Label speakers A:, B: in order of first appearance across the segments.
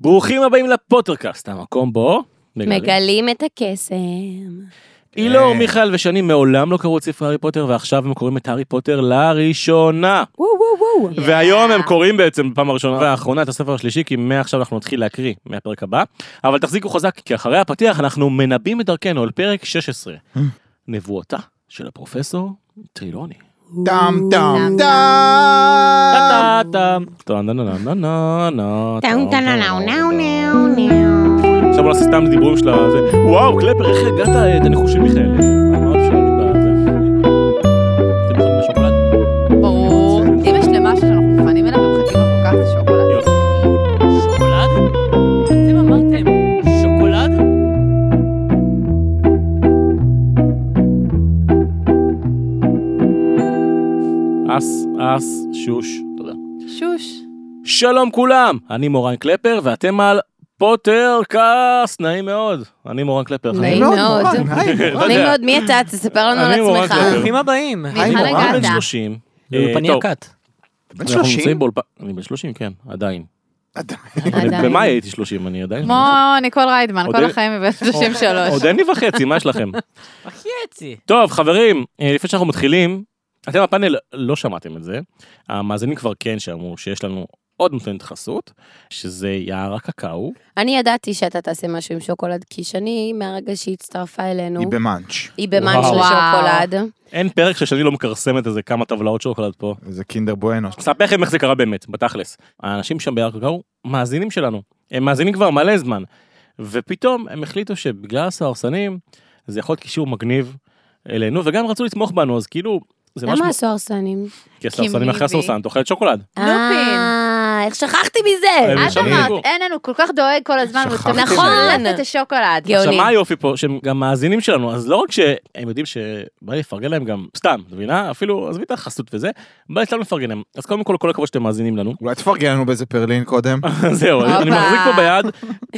A: ברוכים הבאים לפוטרקאסט, המקום בו מגלים.
B: מגלים את הקסם.
A: אילור,
C: כן.
A: מיכאל ושני מעולם לא קראו את ספרי הארי פוטר, ועכשיו הם קוראים את הארי פוטר לראשונה.
B: וואו וואו וואו.
A: והיום הם קוראים בעצם בפעם הראשונה והאחרונה את הספר השלישי, כי מעכשיו אנחנו נתחיל להקריא מהפרק הבא. אבל תחזיקו חזק, כי אחרי הפתיח אנחנו מנבאים את דרכנו אל פרק 16. נבואתה של הפרופסור טרילוני.
C: טאם טאם טאם.
A: טאם טאם
B: טאום
A: טאם
B: טאנאנאו נאו נאו נאו.
A: עכשיו נעשה סתם דיבורים של הזה. וואו, קלפר, איך הגעת אה, את הניחוש של מיכאל? מה עוד שאלו בזה? אתם יכולים בשוקולד?
D: ברור. אם יש למשהו שאנחנו מוכנים אליו ומחכים לו כל כך זה שוקולד.
A: יופי.
E: שוקולד? אתם אמרתם שוקולד?
A: אס, אס, שוש. תודה.
D: שוש.
A: שלום כולם, אני מורן קלפר ואתם על פוטרקאסט, נעים מאוד. אני מורן קלפר.
B: נעים מאוד.
C: לא,
B: נעים מאוד, מי אתה? תספר לנו על
A: לא אני מורה
B: עצמך.
A: כזאת.
E: ברוכים הבאים.
D: היי,
B: היכן
D: מורן.
A: בן
B: הגעת?
A: 30. אה,
E: אולפני
A: טוב,
E: הקאט.
C: בן
A: אנחנו נמצאים
C: 30?
A: באולפן, אני בן 30, כן, עדיין. אני-
B: עדיין.
A: במאי הייתי 30, אני עדיין.
D: כמו ניקול ריידמן,
A: עוד
D: כל
A: אין-
D: החיים מבין 33.
A: עוד אין לי וחצי, מה יש לכם?
E: חצי.
A: טוב, חברים, אה, לפני שאנחנו מתחילים, אתם בפאנל לא שמעתם את זה, המאזינים כבר כן שמעו שיש לנו עוד נותנת חסות, שזה יער הקקאו.
B: אני ידעתי שאתה תעשה משהו עם שוקולד, כי שני, מהרגע שהיא הצטרפה אלינו,
C: היא במאנץ'.
B: היא במאנץ'
A: וואו.
B: של שוקולד.
A: אין פרק ששני לא מקרסמת איזה כמה טבלאות שוקולד פה.
C: זה קינדר בואנו.
A: אספר לכם איך זה קרה באמת, בתכלס. האנשים שם ביער הקקאו מאזינים שלנו, הם מאזינים כבר מלא זמן, ופתאום הם החליטו שבגלל הסוהרסנים, זה יכול להיות קישור מגניב אלינו, וגם רצו לתמוך בנו, אז כאילו, זה משהו...
B: למה הסוהרסנים?
A: כי הסוהרסנים אחרי
D: ביבי.
A: הסוהרסן, תאכל שוקולד.
D: לופין.
B: אה, איך שכחתי
A: הם
B: מזה?
D: את
A: משלמים.
D: אמרת, אין לנו, כל כך דואג כל הזמן,
C: שכחתי
D: והוא תמיד
B: נכון.
D: מלף את השוקולד.
B: גאוני.
A: עכשיו, מה היופי פה? שהם גם מאזינים שלנו, אז לא רק שהם יודעים שבא לי לפרגן להם גם סתם, את מבינה? אפילו, עזבי את החסות וזה, בא לי סתם לפרגן להם. אז קודם כל, כל הכבוד שאתם מאזינים לנו.
C: אולי תפרגן לנו באיזה פרלין קודם?
A: זהו, אני
D: הופה.
A: מחזיק פה ביד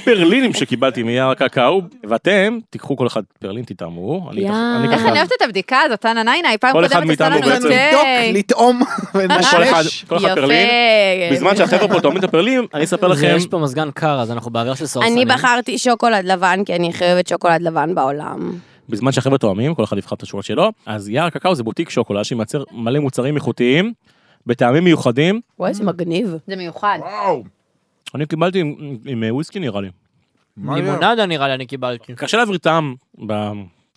A: פרלינים שקיבלתי מיער הקקאו, ואתם תיקחו כל אחד פרלין, תטעמו. אני אקח- אני אקח
D: איך
A: אחד.
D: אני אוהבת את הבדיקה הזאת, אנה נייני, פעם
A: כל אחד
D: קודמת עשתה
A: מאיתנו
B: אוקיי.
D: לנו את
A: בעצם.
D: זה.
C: לבדוק, לטעום
A: כל אחד-
C: ולנשש.
A: כל אחד פרלין. בזמן שהחבר'ה פה תאומים את הפרלים, אני אספר לכם,
E: יש פה מזגן קר, אז אנחנו באוויר של סרסנים.
B: אני בחרתי שוקולד לבן, כי אני הכי אוהבת שוקולד לבן בעולם.
A: בזמן שהחבר'ה תואמים, כל אחד יבחר את השוקולד שלו, אז יער הקקאו זה בוטיק שוקולד שמייצר מלא מוצרים איכותיים, בטעמים מיוחדים.
B: וואי, איזה מגניב.
D: זה מיוחד.
C: וואו.
A: אני קיבלתי עם- עם- עם אה, וויסקי נראה לי.
C: מה יהיה?
E: לימונדה נראה לי אני קיבלתי.
A: קשה להעביר טעם ב-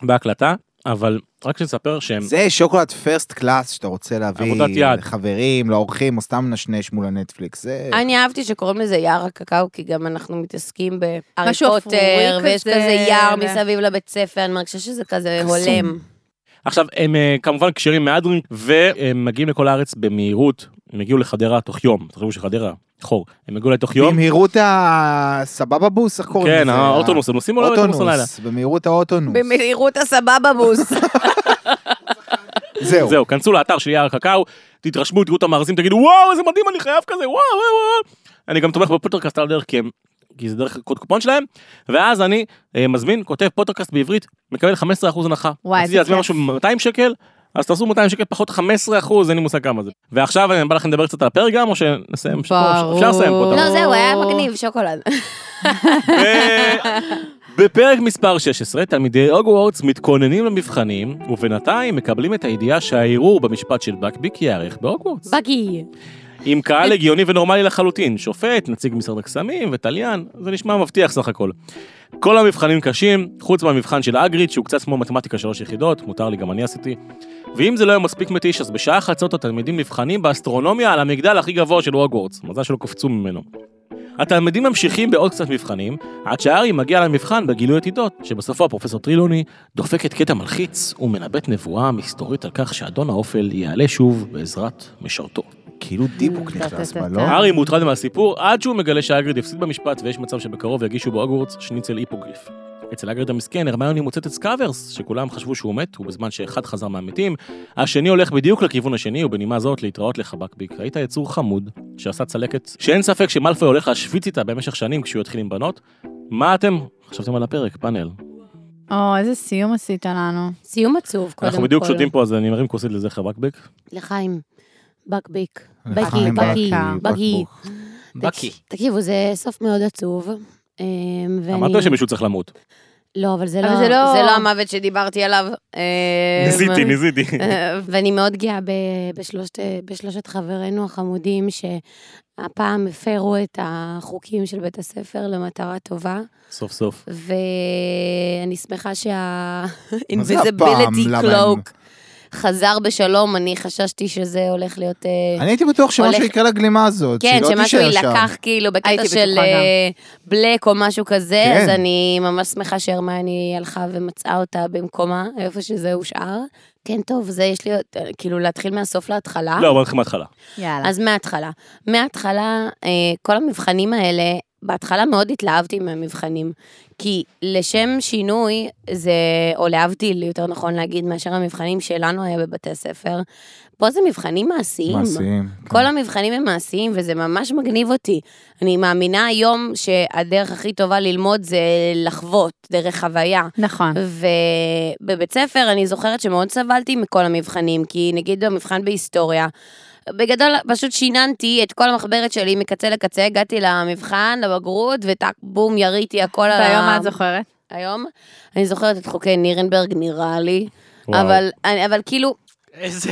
A: בהקלטה, אבל רק שנספר שהם...
C: זה שוקולד פרסט קלאס שאתה רוצה
A: עבודת
C: להביא
A: יד.
C: לחברים, לאורחים, או סתם נשנש מול הנטפליקס. זה...
B: אני אהבתי שקוראים לזה יער הקקאו, כי גם אנחנו מתעסקים בהארי
D: משהו
B: פוטר,
D: אפרורי
B: ויש
D: כזה,
B: כזה יער
D: ו-
B: מסביב לבית ספר, אני מרגישה שזה כזה
C: קסום.
B: הולם.
A: עכשיו, הם אה, כמובן כשרים מהדרין, והם מגיעים לכל הארץ במהירות. הם הגיעו לחדרה תוך יום, תחשבו שחדרה, חור. הם הגיעו אליי תוך יום.
C: במהירות הסבבה בוס, איך קוראים לזה?
A: כן, האוטונוס, הם נוסעים עליו אוטונוס הלילה.
C: לא אוטונוס, במהירות האוטונוס.
B: במהירות הסבבה בוס.
C: זהו.
A: זהו, כנסו לאתר של יער הקקאו, תתרשמו, תראו את המארזים, תגידו, וואו, איזה מדהים, אני חייב כזה, וואו, וואו, וואו. אני גם תומך בפוטרקאסט על הדרך, כי הם... כי זה דרך קוד קופון שלהם, ואז אני אה, מזמין, כותב פוטרקאסט בעברית, מקבל 15% הנחה.
D: וואי,
A: רציתי
D: איזה
A: להזמין
D: כיף.
A: משהו ב-200 שקל, אז תעשו 200 שקל פחות 15%, אין לי מושג כמה זה. ועכשיו אני בא לכם לדבר קצת על הפרק גם, או שנסיים? פה?
D: ברור.
A: אפשר לסיים פה. את
B: לא,
A: ה-
B: זהו, היה מגניב, שוקולד.
A: ו- בפרק מספר 16, תלמידי הוגוורטס מתכוננים למבחנים, ובינתיים מקבלים את הידיעה שהערעור במשפט של בקביק ייערך בהוגוורטס.
B: בגי.
A: עם קהל הגיוני ונורמלי לחלוטין, שופט, נציג משרד הקסמים ותליין, זה נשמע מבטיח סך הכל. כל המבחנים קשים, חוץ מהמבחן של אגריד שהוא קצת כמו מתמטיקה שלוש יחידות, מותר לי, גם אני עשיתי. ואם זה לא היה מספיק מתיש, אז בשעה חצות התלמידים נבחנים באסטרונומיה על המגדל הכי גבוה של הוגוורטס, מזל שלא קפצו ממנו. התלמידים ממשיכים בעוד קצת מבחנים, עד שהארי מגיע למבחן בגילוי עתידות, שבסופו הפרופסור טרילוני דופקת קטע מלחיץ ומנבט נבואה מסתורית על כך שאדון האופל יעלה שוב בעזרת משרתו.
C: כאילו דיבוק נכנס בה, לא?
A: הארי מוטרד מהסיפור עד שהוא מגלה שהאגריד הפסיד במשפט ויש מצב שבקרוב יגישו בהוגוורטס שניצל היפוגריף. אצל אגריד המסכן, הרמיוני מוצאת את סקאברס, שכולם חשבו שהוא מת, ובזמן שאחד חזר מהמתים, השני הולך בדיוק לכיוון השני, ובנימה זאת להתראות לחבקביק. היית יצור חמוד, שעשה צלקת, שאין ספק שמלפוי הולך להשוויץ איתה במשך שנים כשהוא יתחיל עם בנות. מה אתם? חשבתם על הפרק, פאנל.
D: או, איזה סיום עשית לנו.
B: סיום עצוב, קודם כל.
A: אנחנו בדיוק שותים פה, אז אני מרים כוסית לזכר בקביק.
B: לחיים. בקביק.
C: לחיים
B: בגי, בגי,
C: בקביק,
B: בגי.
C: בקבוק.
E: בקי.
B: תקשיבו, זה סוף מאוד עצוב. אמ, ואני...
A: אמרת שמישהו צריך למות.
B: לא, אבל זה
D: אבל
B: לא,
D: זה לא-
B: זה לא המוות שדיברתי עליו. אמ,
A: ניסיתי, ניסיתי.
B: אה, ואני מאוד גאה ב- בשלושת, בשלושת חברינו החמודים שהפעם הפרו את החוקים של בית הספר למטרה טובה,
A: סוף סוף.
B: ואני שמחה
C: מה זה
B: שה-invisibility
C: הפעם? למה הם-
B: cloak חזר בשלום, אני חששתי שזה הולך להיות... אה,
C: אני הייתי בטוח
B: הולך-
C: שמשהו יקרה לגלימה הזאת,
B: כן,
C: שהיא לא
B: שמשהו
C: תישאר שם.
B: יילקח כאילו בקטע
D: הייתי
B: של
D: בטוחה גם.
B: אה, בלק או משהו כזה,
C: כן.
B: אז אני ממש שמחה שהרמני הלכה ומצאה אותה במקומה, איפה שזה הושאר. כן, טוב, זה יש לי עוד, אה, כאילו להתחיל מהסוף להתחלה.
A: לא, בוא נתחיל מההתחלה.
D: יאללה.
B: אז מההתחלה. מההתחלה, אה, כל המבחנים האלה, בהתחלה מאוד התלהבתי מהמבחנים. כי לשם שינוי, זה, או להבדיל, יותר נכון להגיד, מאשר המבחנים שלנו היה בבתי הספר, פה זה מבחנים מעשיים.
C: מעשיים.
B: כל המבחנים הם מעשיים, וזה ממש מגניב אותי. אני מאמינה היום שהדרך הכי טובה ללמוד זה לחוות, דרך חוויה.
D: נכון.
B: ובבית ספר אני זוכרת שמאוד סבלתי מכל המבחנים, כי נגיד במבחן בהיסטוריה, בגדול פשוט שיננתי את כל המחברת שלי מקצה לקצה, הגעתי למבחן, לבגרות, וטאק בום, יריתי הכל על ה...
D: והיום מה את זוכרת?
B: היום? אני זוכרת את חוקי נירנברג, נראה לי, אבל, אני- אבל כאילו...
E: איזה...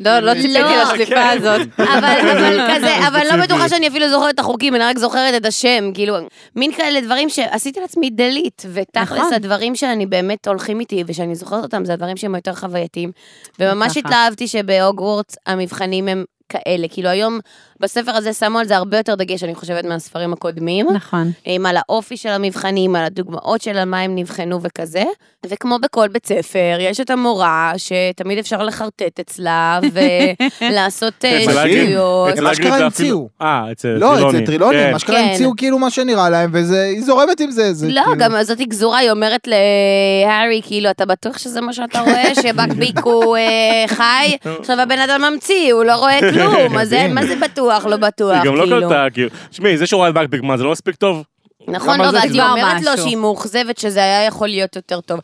D: לא, לא ציפיתי
B: לא,
D: לשליפה
E: כן.
D: הזאת.
B: אבל, אבל כזה, אבל לא
A: ספציפי.
B: בטוחה שאני אפילו זוכרת את החוקים, אני רק זוכרת את השם, כאילו, מין כאלה דברים שעשיתי לעצמי delete, ותכלס
D: נכון.
B: הדברים שאני באמת הולכים איתי, ושאני זוכרת אותם, זה הדברים שהם יותר חווייתיים. וממש
D: ככה.
B: התלהבתי שבהוגוורטס המבחנים הם כאלה, כאילו היום בספר הזה שמו על זה הרבה יותר דגש, אני חושבת, מהספרים הקודמים.
D: נכון.
B: עם על האופי של המבחנים, על הדוגמאות של על מה הם נבחנו וכזה. וכמו בכל בית ספר, יש את המורה שתמיד אפשר לחרטט אצלה ולעשות אה,
A: אצל האגרית-
B: שטויות.
A: אצל
C: מה
A: האגרית
C: שקרה
A: זה
C: המציאו.
A: אפילו- אה, אצל טרילוני.
C: לא, אצל טרילוני,
A: כן.
C: מה שקרה,
B: כן.
C: המציאו כאילו מה שנראה להם, והיא זורמת עם זה. זה
B: לא,
C: כאילו-
B: גם זאתי גזורה, היא אומרת להארי, כאילו, אתה בטוח שזה מה שאתה רואה? שבקביק הוא אה, חי? עכשיו הבן אדם ממציא, הוא לא רואה כלום, אז אין, מה זה בטוח, לא בטוח,
A: היא גם
B: כאילו.
A: לא קלטה, כאילו. שמעי, זה שהוא ראה את בקביג, מה, זה לא מספיק טוב?
B: נכון,
A: למה
B: לא,
A: זה
B: ואז היא
D: כאילו?
B: אומרת לו
D: משהו.
B: שהיא מאוכזבת שזה היה יכול להיות יותר טוב.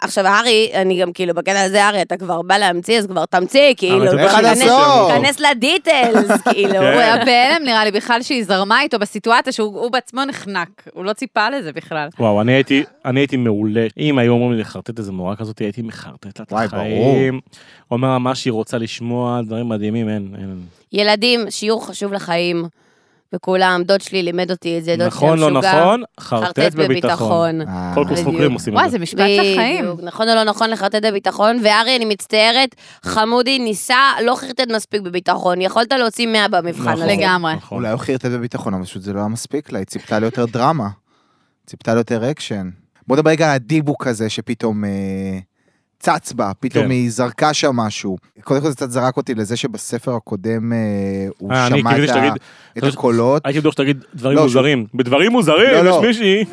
B: עכשיו, הארי, אני גם כאילו, בקטע הזה, הארי, אתה כבר בא להמציא, אז כבר תמציא, כאילו.
A: אבל זה
C: לך
A: פשוט-
C: עד
B: תיכנס-
C: הסוף.
B: תיכנס לדיטלס, כאילו.
A: כן.
D: הוא היה בהלם נראה לי בכלל שהיא זרמה איתו בסיטואציה שהוא הוא בעצמו נחנק, הוא לא ציפה לזה בכלל.
A: וואו, אני הייתי, אני הייתי מעולה. אם היו אומרים לי לחרטט איזה מורה כזאת, הייתי מחרטט לה את
C: וואי,
A: החיים. אומר לה מה שהיא רוצה לשמוע, דברים מדהימים, אין, אין.
B: ילדים, שיעור חשוב לחיים. וכולם, דוד שלי לימד אותי את זה, דוד שלי
A: נכון, לא
B: המשוגע.
A: נכון, חרטט בביטחון.
C: אה,
A: כל קורס
B: בדיוק.
A: חוקרים עושים
D: וואי,
A: את זה.
D: זה משפט לחיים.
B: בדיוק, נכון או לא נכון לחרטט בביטחון, וארי, אני מצטערת, חמודי ניסה, לא חרטט מספיק בביטחון, יכולת להוציא 100 במבחן
A: נכון,
B: הזה.
D: לגמרי.
A: נכון.
C: אולי הוא חיירטט בביטחון, אבל פשוט זה לא היה מספיק לה, היא ציפתה ליותר דרמה. ציפתה ליותר אקשן. בוא נדבר רגע על הדיבוק הזה שפתאום אה, צץ בה,
A: כן.
C: פתאום היא זרקה שם משהו. קודם כל זה קצת זרק אותי לזה שבספר הקודם אה, הוא
A: אה, אני
C: שמע
A: קיוויתי
C: את ה-
A: שתגיד-
C: את הקולות.
A: הייתי בטוח שתגיד דברים
C: לא,
A: מוזרים. בדברים מוזרים,
C: לא, לא.
A: יש מישהי.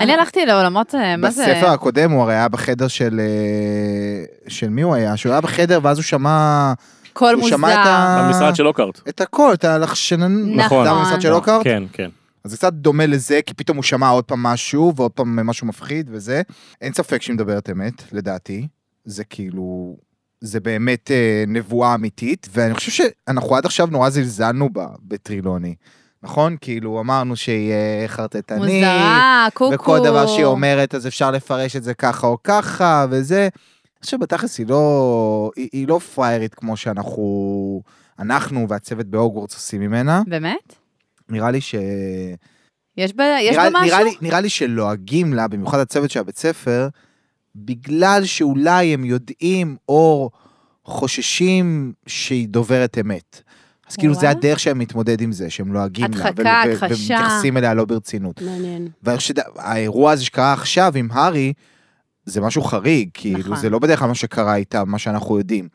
D: אני הלכתי לעולמות, אה, מה זה?
C: בספר הקודם הוא הרי היה בחדר של... אה, של מי הוא היה? שהוא היה בחדר ואז הוא שמע...
D: קול
C: הוא
D: מוזר.
C: שמע את ה...
A: במשרד של לוקארט.
C: את הכל, את הלחשנן...
A: נכון.
C: אתה במשרד של לוקארט?
A: כן, כן.
C: אז זה קצת דומה לזה, כי פתאום הוא שמע עוד פעם משהו, ועוד פעם משהו מפחיד וזה. אין ספק שהיא מדברת אמת, לדעתי. זה כאילו... זה באמת אה, נבואה אמיתית, ואני חושב שאנחנו עד עכשיו נורא זלזלנו בה, בטרילוני. נכון? כאילו, אמרנו שהיא אה, חרטטנית.
D: מוזרה, קוקו.
C: וכל דבר שהיא אומרת, אז אפשר לפרש את זה ככה או ככה, וזה. אני חושב שבתכלס היא לא... היא, היא לא פריירית כמו שאנחנו... אנחנו והצוות בהוגוורטס עושים ממנה.
D: באמת?
C: נראה לי ש...
D: יש בה יש
C: נראה,
D: בה משהו?
C: נראה לי, נראה לי שלועגים לה, במיוחד הצוות של הבית ספר, בגלל שאולי הם יודעים או חוששים שהיא דוברת אמת. אז כאילו זה
D: וואלה.
C: הדרך שהם מתמודד עם זה, שהם לועגים לה.
D: הדחקה,
C: ו- ו-
D: הכחשה.
C: ומתייחסים אליה לא ברצינות.
B: מעניין.
C: ואני חושב שהאירוע הזה שקרה עכשיו עם הארי, זה משהו חריג, כאילו,
D: נכון.
C: זה לא בדרך כלל מה שקרה איתה, מה שאנחנו יודעים.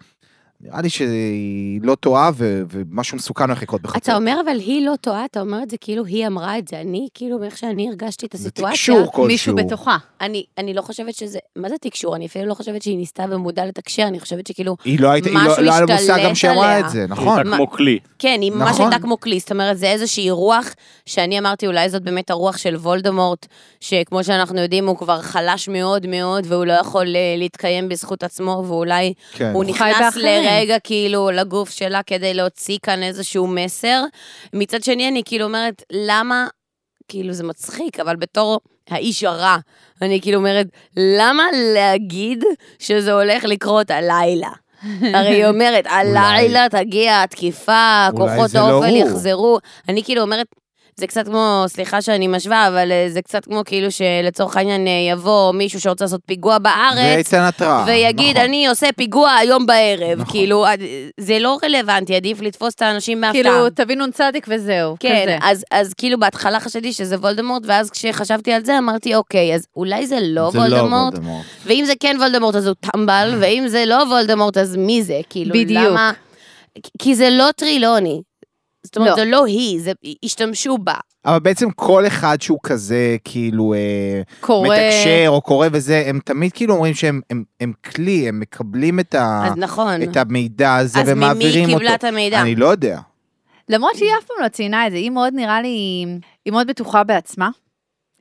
C: נראה לי שהיא לא טועה ו- ומשהו מסוכן הולך לקרות בחצות.
B: אתה אומר, אבל היא לא טועה, אתה אומר את זה כאילו היא אמרה את זה. אני, כאילו, מאיך שאני הרגשתי את
C: זה
B: הסיטואציה,
C: תקשור כלשהו.
D: מישהו בתוכה.
B: אני, אני לא חושבת שזה... מה זה תקשור? אני אפילו לא חושבת שהיא ניסתה במודע לתקשר, אני חושבת שכאילו...
C: היא לא הייתה, היא לא,
B: משהו
C: לא היה לה מושג
B: השתלט
C: גם שהיא אמרה
B: עליה.
C: את זה,
A: היא
C: נכון?
A: הייתה כמו כלי. לא,
B: כן, היא ממש
C: נכון.
B: הייתה כמו כלי, זאת אומרת, זה איזושהי רוח, שאני אמרתי, אולי זאת באמת הרוח של וולדמורט, שכמו שאנחנו יודעים, הוא כבר חלש מאוד מאוד, והוא לא יכול אה, להתקיים בזכות עצמו, ואולי
C: כן.
B: הוא
D: הוא חי
B: נכנס
D: באחרים.
B: רגע כאילו לגוף שלה כדי להוציא כאן איזשהו מסר. מצד שני, אני כאילו אומרת, למה, כאילו זה מצחיק, אבל בתור האיש הרע, אני כאילו אומרת, למה להגיד שזה הולך לקרות הלילה? הרי היא אומרת, הלילה תגיע התקיפה,
C: אולי
B: כוחות
C: זה לא
B: האופל
C: הוא."
B: יחזרו. אני כאילו אומרת, זה קצת כמו, סליחה שאני משווה, אבל אה, זה קצת כמו כאילו שלצורך העניין אה, יבוא מישהו שרוצה לעשות פיגוע בארץ,
C: וייתן התראה.
B: ויגיד,
C: נכון.
B: אני עושה פיגוע היום בערב.
C: נכון.
B: כאילו, אה, זה לא רלוונטי, עדיף לתפוס את האנשים מהפתעה.
D: כאילו, תביא נ"צ וזהו,
B: כן,
D: כזה.
B: אז, אז כאילו בהתחלה חשבתי שזה וולדמורט, ואז כשחשבתי על זה אמרתי, אוקיי, אז אולי זה לא
C: זה
B: וולדמורט,
C: וולדמורט. Mm.
B: ואם זה כן וולדמורט אז הוא טמבל, ואם זה לא וולדמורט אז מי זה? כאילו,
D: בדיוק.
B: למה... כי זה לא טרילוני. זאת אומרת,
D: לא.
B: זה לא היא, זה השתמשו בה.
C: אבל בעצם כל אחד שהוא כזה, כאילו, אה,
D: קורא...
C: מתקשר או קורא וזה, הם תמיד כאילו אומרים שהם הם- הם כלי, הם מקבלים את ה-
B: אז נכון.
C: אה. את המידע הזה
B: אז ממי היא
C: ומעבירים אותו.
B: קיבלה את המידע?
C: אני לא יודע.
D: למרות שהיא אף פעם לא ציינה את זה, היא מאוד נראה לי, היא מאוד בטוחה בעצמה.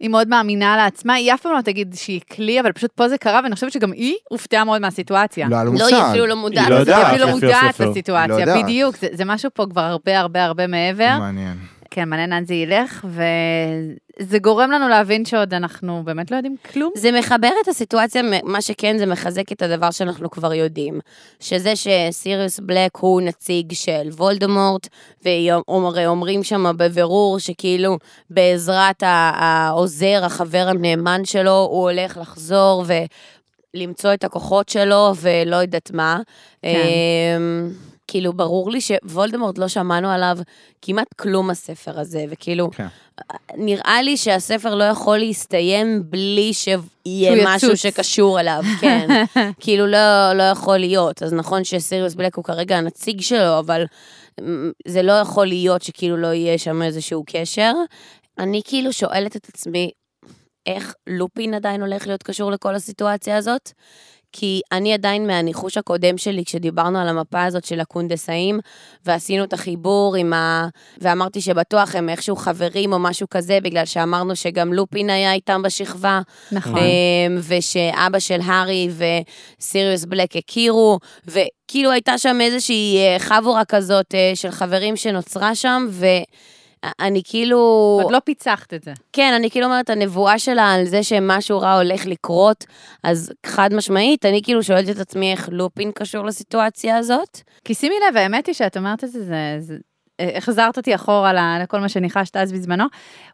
D: היא מאוד מאמינה לעצמה, היא אף פעם לא תגיד שהיא כלי, אבל פשוט פה זה קרה, ואני חושבת שגם היא הופתעה מאוד מהסיטואציה.
C: לא היה לו
B: לא,
C: מושג.
B: היא אפילו לא מודעת.
A: לא
B: לזה.
A: יודעת.
D: היא אפילו לא
A: לפי
D: מודעת
A: הספר.
C: היא לא
D: לסיטואציה,
C: יודעת.
D: בדיוק, זה זה משהו פה כבר הרבה הרבה הרבה מעבר.
C: מעניין.
D: כן, מעניין לאן זה ילך, וזה גורם לנו להבין שעוד אנחנו באמת לא יודעים כלום.
B: זה מחבר את הסיטואציה, מה שכן זה מחזק את הדבר שאנחנו כבר יודעים. שזה שסיריוס בלק הוא נציג של וולדמורט, והרי אומרים שם בבירור שכאילו בעזרת ה- העוזר, החבר הנאמן שלו, הוא הולך לחזור ולמצוא את הכוחות שלו ולא יודעת מה.
D: כן.
B: אמ, כאילו, ברור לי שוולדמורט לא שמענו עליו כמעט כלום הספר הזה, וכאילו,
C: כן.
B: נראה לי שהספר לא יכול להסתיים בלי שיהיה
D: שהוא
B: משהו
D: יצוץ.
B: שקשור אליו, כן. כאילו, לא, לא יכול להיות. אז נכון שסיריוס בלק הוא כרגע הנציג שלו, אבל אמ, זה לא יכול להיות שכאילו לא יהיה שם איזשהו קשר. אני כאילו שואלת את עצמי, איך לופין עדיין הולך להיות קשור לכל הסיטואציה הזאת? כי אני עדיין מהניחוש הקודם שלי, כשדיברנו על המפה הזאת של הקונדסאים, ועשינו את החיבור עם ה... ואמרתי שבטוח הם איכשהו חברים או משהו כזה, בגלל שאמרנו שגם לופין היה איתם בשכבה,
D: נכון.
B: אמ, ושאבא של הארי וסיריוס בלק הכירו, וכאילו הייתה שם איזושהי אה, חבורה כזאת אה, של חברים שנוצרה שם, ואני כאילו...
D: עוד לא פיצחת את זה.
B: כן, אני כאילו אומרת, הנבואה שלה על זה שמשהו רע הולך לקרות, אז חד משמעית, אני כאילו שואלת את עצמי איך לופין קשור לסיטואציה הזאת.
D: כי שימי לב, האמת היא שאת אומרת את זה, זה, זה אה, החזרת אותי אחורה ל- לכל מה שניחשת אז בזמנו,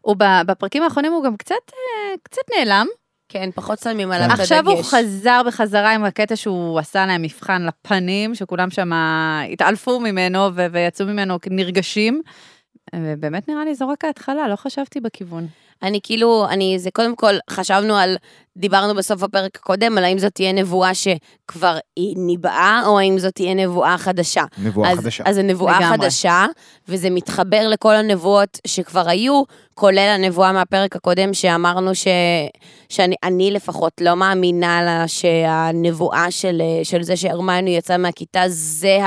D: ובפרקים האחרונים הוא גם קצת, אה, קצת נעלם.
B: כן, פחות שמים עליו את הדגש.
D: עכשיו הוא חזר בחזרה עם הקטע שהוא עשה להם מבחן לפנים, שכולם שם התעלפו ממנו ו- ויצאו ממנו נרגשים. ובאמת נראה לי זו רק ההתחלה, לא חשבתי בכיוון.
B: אני כאילו, אני, זה קודם כל, חשבנו על, דיברנו בסוף הפרק הקודם, על האם זאת תהיה נבואה שכבר היא ניבאה, או האם זאת תהיה נבואה חדשה.
C: נבואה
B: אז,
C: חדשה.
B: אז הנבואה
D: לגמרי.
B: חדשה, וזה מתחבר לכל הנבואות שכבר היו, כולל הנבואה מהפרק הקודם שאמרנו ש... שאני אני לפחות לא מאמינה לה שהנבואה של, של זה שהרמני יצא מהכיתה זה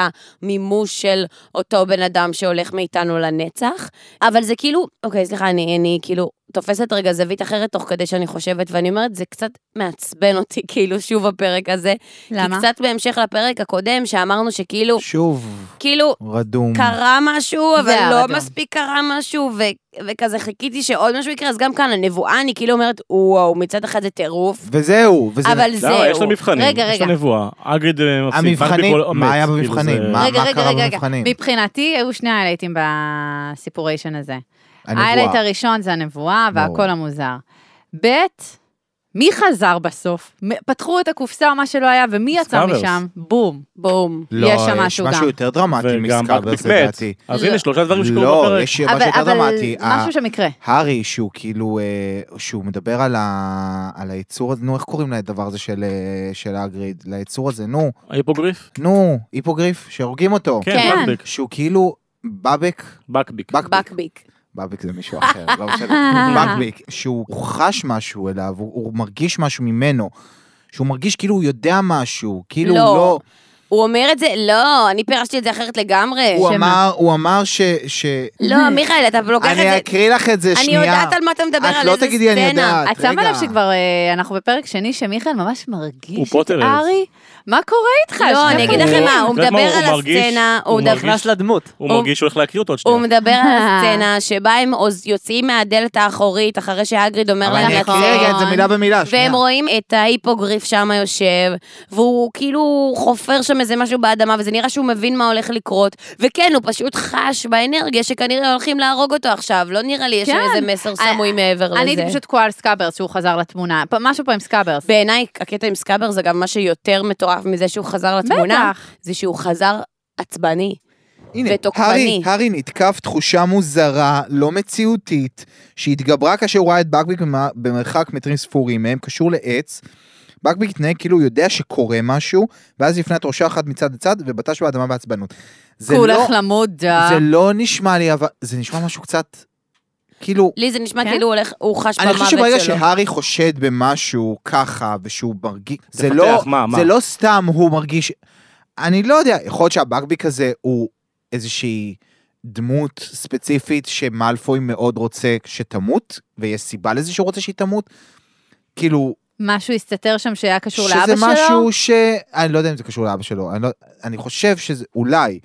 B: המימוש של אותו בן אדם שהולך מאיתנו לנצח. אבל זה כאילו, אוקיי, סליחה, אני, אני כאילו תופסת רגע זווית אחרת תוך כדי שאני חושבת, ואני אומרת, זה קצת מעצבן אותי, כאילו, שוב הפרק הזה.
D: למה?
B: כי קצת בהמשך לפרק הקודם, שאמרנו שכאילו,
C: שוב,
B: כאילו,
C: רדום.
B: קרה משהו, אבל
D: זה
B: לא
D: הרדום.
B: מספיק קרה משהו, ו- וכזה חיכיתי שעוד משהו יקרה, אז גם כאן הנבואה, אני כאילו אומרת, וואו, מצד אחד זה טירוף,
C: וזהו, וזה...
B: אבל
A: למה?
B: זהו.
A: לא, יש לה מבחנים,
B: רגע,
A: יש
B: רגע.
A: לה נבואה. אגריד אה, מפסיד.
C: המבחנים,
A: ונדביק עול-
C: מה
A: מת.
C: היה
A: כאילו,
C: במבחנים?
A: זה-
C: מה- קרה במבחנים?
D: מבחינתי היו שני היילייטים בסיפוריישן הזה. ההיילייט
C: הנבואה.
D: הראשון זה הנבואה
C: ברור.
D: והקול המוזר. ב', מי חזר בסוף? מ- פתחו את הקופסה או מה שלא היה, ומי יצא
A: סקאברס.
D: משם? בום.
B: בום.
C: לא,
D: יש שם
C: יש
D: משהו גם.
C: משהו יותר דרמטי
A: וגם
C: מסקאברס
A: בקביק מת.
C: לדעתי.
A: אז
B: לא. אה,
A: הנה שלושה דברים שקורים
C: לא,
A: בפרק.
C: יש משהו יותר דרמטי. אה. ה-
D: משהו שמקרה.
C: הארי, שהוא כאילו, אה, שהוא מדבר על ה- על היצור הזה, נו, איך קוראים לדבר הזה של, אה, של האגריד? ליצור הזה, נו,
A: היפוגריף?
C: נו, היפוגריף, שהורגים אותו.
A: כן,
B: כן.
A: בקביק.
C: שהוא כאילו בבק,
A: בקביק.
C: בקביק,
B: בקביק.
C: בבק זה מישהו אחר, לא משנה, בקביק, שהוא חש משהו אליו, הוא, הוא מרגיש משהו ממנו, שהוא מרגיש כאילו הוא יודע משהו, כאילו
B: לא.
C: הוא לא,
B: הוא אומר את זה, לא, אני פירשתי את זה אחרת לגמרי.
C: הוא
D: שמה?
C: אמר, הוא אמר ש... ש...
B: לא, מיכאל, אתה לוקח את
C: אני
B: זה.
C: אקריא לך את זה
B: אני
C: שנייה.
B: יודעת על מה אתה מדבר,
C: את
B: על
C: לא
B: איזה
C: תגידי, אני
B: סצנה.
C: יודעת.
D: את שמה
C: רגע.
D: לב שכבר אה, אנחנו בפרק שני שמיכאל ממש
A: הוא
D: מרגיש את
A: פוטרלס.
D: ארי? מה קורה איתך?
B: לא,
D: שני
B: אני אגיד
D: חברים.
B: לכם מה, הוא
A: יודעת מה,
B: מדבר
A: הוא
B: על
A: מרגיש-
B: הסצנה,
A: הוא
B: הוא מדבר-
A: מרגיש-
E: נכנס לדמות.
A: הוא
B: הוא-
A: מרגיש שהוא הולך להקריא אותו עוד שנייה.
B: הוא מדבר על
C: אה.
B: הסצנה שבה הם עוז- יוצאים מהדלת האחורית אחרי שהגריד אומר
C: אבל
B: להם
C: אני אקריא רגע את זה מילה במילה, שנייה.
B: והם רואים את ההיפוגריף שם יושב, והוא כאילו חופר שם איזה משהו באדמה, וזה נראה שהוא מבין מה הולך לקרות. וכן, הוא פשוט חש באנרגיה שכנראה הולכים להרוג אותו עכשיו. לא נראה לי יש
D: כן.
B: שם איזה מסר סמוי מעבר
D: אני הייתי
B: לזה.
D: פשוט תקועה על סקאברס שהוא חזר לתמונה. פ- משהו פה עם סקאברס.
B: בעיניי, הקטע עם סקאבר זה גם מה שיותר מטורף מזה שהוא חזר לתמונה,
D: בטח.
B: זה שהוא חזר עצבני.
C: הנה,
B: ותוקפני.
C: הארי, הארי נתקף תחושה מוזרה, לא מציאותית, שהתגברה כאשר הוא ראה את בקביק במ- במרחק מטרים ספורים מהם, קשור לעץ. בקביק התנהג כאילו הוא יודע שקורה משהו, ואז הפנה את ראשה אחת מצד לצד, ובטש באדמה בעצבנות. זה
D: הוא
C: לא,
D: הולך למות. אה,
C: זה לא נשמע לי, אבל זה נשמע משהו קצת, כאילו,
B: לי זה נשמע
D: כן?
B: כאילו הוא הולך- הוא חש
C: אני
B: במוות שלו.
C: חושב שברגע שהארי חושד במשהו ככה, ושהוא מרגיש... זה
A: תפתח,
C: לא,
A: מה, מה?
C: זה לא סתם הוא מרגיש... אני לא יודע, יכול להיות שהבקביק הזה הוא איזושהי דמות ספציפית שמאלפוי מאוד רוצה שתמות, ויש סיבה לזה שהוא רוצה שהיא תמות. כאילו,
D: משהו הסתתר שם שהיה קשור לאבא
C: שזה
D: שלו?
C: משהו ש... אני לא יודע אם זה קשור לאבא שלו, אני, לא... אני חושב שזה אולי,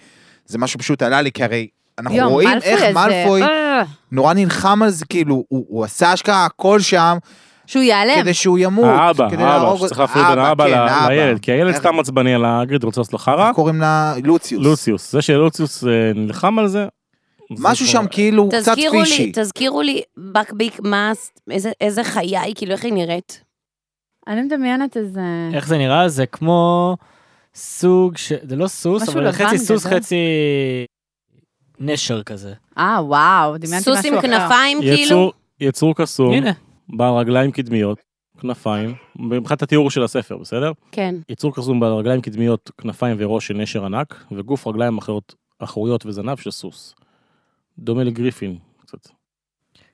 C: זה משהו פשוט עלה לי, כי הרי אנחנו
D: יום,
C: רואים
D: מאלפוי
C: איך
D: הזה,
C: מאלפוי
D: אה,
C: נורא נלחם על זה, כאילו, הוא, הוא עשה השקעה הכל שם,
D: שהוא ייעלם.
C: כדי שהוא ימות.
A: האבא,
C: כדי
A: האבא,
C: להרוג-
A: שצריך להפריד בין האבא
C: כן,
A: ל-
C: האבא.
A: לילד, כי הילד
C: איך-
A: סתם עצבני על הגריד, רוצה לעשות לו חרא,
C: איך קוראים לה? לוציוס.
A: לוציוס. זה שלוציוס אה, נלחם על זה, זה
C: משהו
A: כבר-
C: שם כאילו קצת
B: תזכירו לי,
C: פישי.
B: תזכירו לי, בקביק, מה, איזה- איזה חיה היא, כאילו, איך היא נראית?
D: אני מדמיינת איזה...
E: איך זה נראה? זה כמו סוג ש... זה לא סוס,
D: משהו
E: אבל
D: לבן
E: חצי סוס,
D: גדול.
E: חצי נשר כזה.
D: אה, וואו, דמיינתי משהו
B: סוס
D: אחר.
B: עם כנפיים, כאילו?
A: יצור- יצור קסום,
E: הנה.
A: בעל רגליים קדמיות, כנפיים, מבחינת התיאור של הספר, בסדר?
B: כן.
A: יצור קסום בעל רגליים קדמיות, כנפיים וראש של נשר ענק, וגוף רגליים אחרות- אחוריות וזנב של סוס. דומה לגריפין קצת.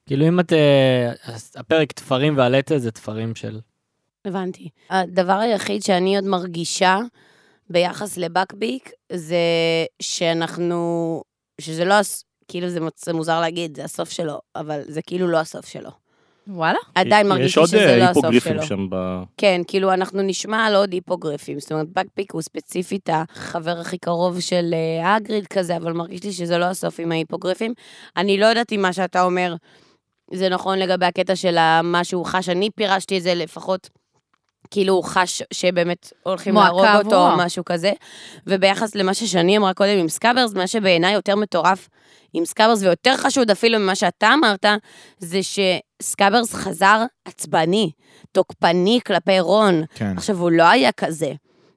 E: כאילו אם את... אה, הפרק תפרים ועלטה זה תפרים של...
B: הבנתי. הדבר היחיד שאני עוד מרגישה ביחס לבקביק, זה שאנחנו, שזה לא, הס- כאילו זה מוצ- זה מוזר להגיד, זה הסוף שלו, אבל זה כאילו לא הסוף שלו.
D: וואלה.
B: עדיין
A: יש
B: מרגיש לי
A: עוד, אה,
B: שזה לא הסוף
A: היפוגריפים
B: שלו.
A: שם ב...
B: כן, כאילו אנחנו נשמע על עוד היפוגריפים, זאת אומרת, בקפיק הוא ספציפית החבר הכי קרוב של אה, האגריד כזה, אבל מרגיש לי שזה לא הסוף עם ההיפוגריפים. אני לא יודעת אם מה שאתה אומר זה נכון לגבי הקטע של ה- מה שהוא חש, אני פירשתי את זה לפחות. כאילו הוא חש שבאמת הולכים
D: מועקב
B: להרוג אותו או
D: רוע.
B: משהו כזה. וביחס למה ששני אמרה קודם עם סקאברס, מה שבעיניי יותר מטורף עם סקאברס ויותר חשוד אפילו ממה שאתה אמרת, זה שסקאברס חזר עצבני, תוקפני כלפי רון.
C: כן.
B: עכשיו, הוא לא היה כזה.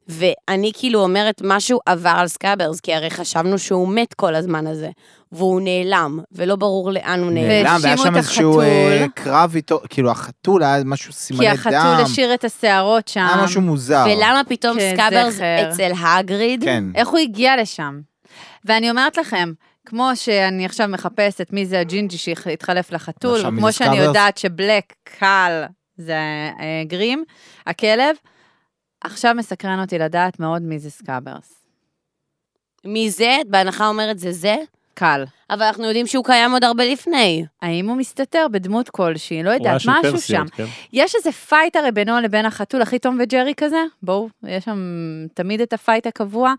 B: ואני כאילו אומרת, משהו עבר על סקאברס, כי הרי חשבנו שהוא מת כל הזמן הזה, והוא נעלם, ולא ברור לאן הוא נעלם.
C: נעלם, והיה
D: והאשימו
C: שם
D: את
C: איזשהו אה,
D: החתול.
C: קרב איתו, כאילו החתול היה משהו סימני
D: כי
C: דם.
D: החתול השאיר את השערות שם.
C: היה משהו מוזר.
B: ולמה פתאום
D: כזכר.
B: סקאברס אצל הגריד?
C: כן.
D: איך הוא הגיע לשם? ואני אומרת לכם, כמו שאני עכשיו מחפשת מי זה הג'ינג'י שהתחלף לחתול,
C: עכשיו מי
D: וכמו
C: זה
D: שאני
C: סקאברס?
D: יודעת שבלק קל זה אה, גרים, הכלב, עכשיו מסקרן אותי לדעת מאוד מי זה סקאברס.
B: מזה, את בהנחה אומרת זה זה,
D: קל.
B: אבל אנחנו יודעים שהוא קיים עוד הרבה לפני.
D: האם הוא מסתתר בדמות כלשהי? לא
A: הוראה
D: יודעת,
A: של
D: משהו שם.
A: פרסיות, כן.
D: יש איזה פייט הרי בינו לבין החתול, הכי תום וג'רי כזה, בואו, יש שם תמיד את הפייט הקבוע.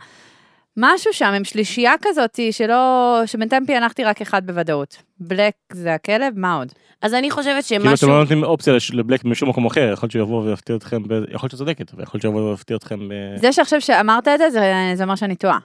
D: משהו שם, הם שלישייה כזאת שלא, שבינתיים פענחתי רק אחד בוודאות. בלק זה הכלב, מה עוד?
B: אז אני חושבת
A: כאילו אתם
B: שמשהו...
A: לא נותנים אופציה לש- לבלק משום מקום אחר, יכול להיות שהוא יבוא ויפתיע אתכם, ב- יכול להיות שאת צודקת, ויכול להיות שהוא יבוא ויפתיע אתכם ב...
D: זה שעכשיו שאמרת את זה, זה, זה אומר שאני טועה.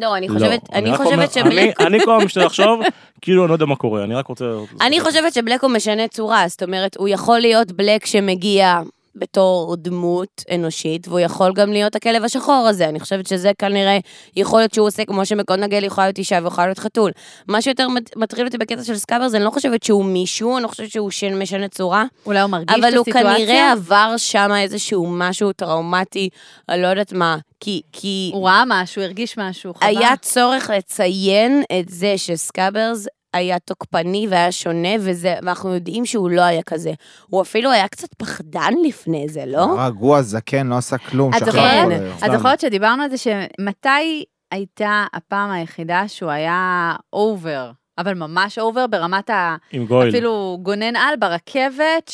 B: לא, אני
A: לא,
B: חושבת, אני
A: רק אומר-
B: חושבת שבלק...
A: אני- אני כל פעם שאתה לחשוב, כאילו אני לא יודע מה קורה, אני רק רוצה...
B: אני חושבת שבלק הוא משנה צורה, זאת אומרת, הוא יכול להיות בלק שמגיע בתור דמות אנושית, והוא יכול גם להיות הכלב השחור הזה. אני חושבת שזה כנראה יכולת שהוא עושה, כמו שמקונגל יכולה להיות אישה ויכולה להיות חתול. מה שיותר מט- מטריד אותי בקטע של סקאברס, אני לא חושבת שהוא מישהו, אני לא חושבת שהוא שן- משנה צורה,
D: אולי הוא מרגיש את
B: אבל הוא
D: הסיטואציה?
B: כנראה עבר שם איזשהו משהו טראומטי, אני לא יודעת מה, כי... כי...
D: הוא ראה משהו, הרגיש משהו, חבל.
B: היה צורך לציין את זה שסקאברס היה תוקפני והיה שונה, וזה, ואנחנו יודעים שהוא לא היה כזה. הוא אפילו היה קצת פחדן לפני זה, לא?
C: רגוע, זקן, לא עשה כלום,
D: את
C: שכח
D: זוכרת?
C: כל היום.
D: את זוכרת שדיברנו על זה שמתי הייתה הפעם היחידה שהוא היה אובר, אבל ממש אובר ברמת ה...
A: עם גויל.
D: אפילו גונן על ברכבת,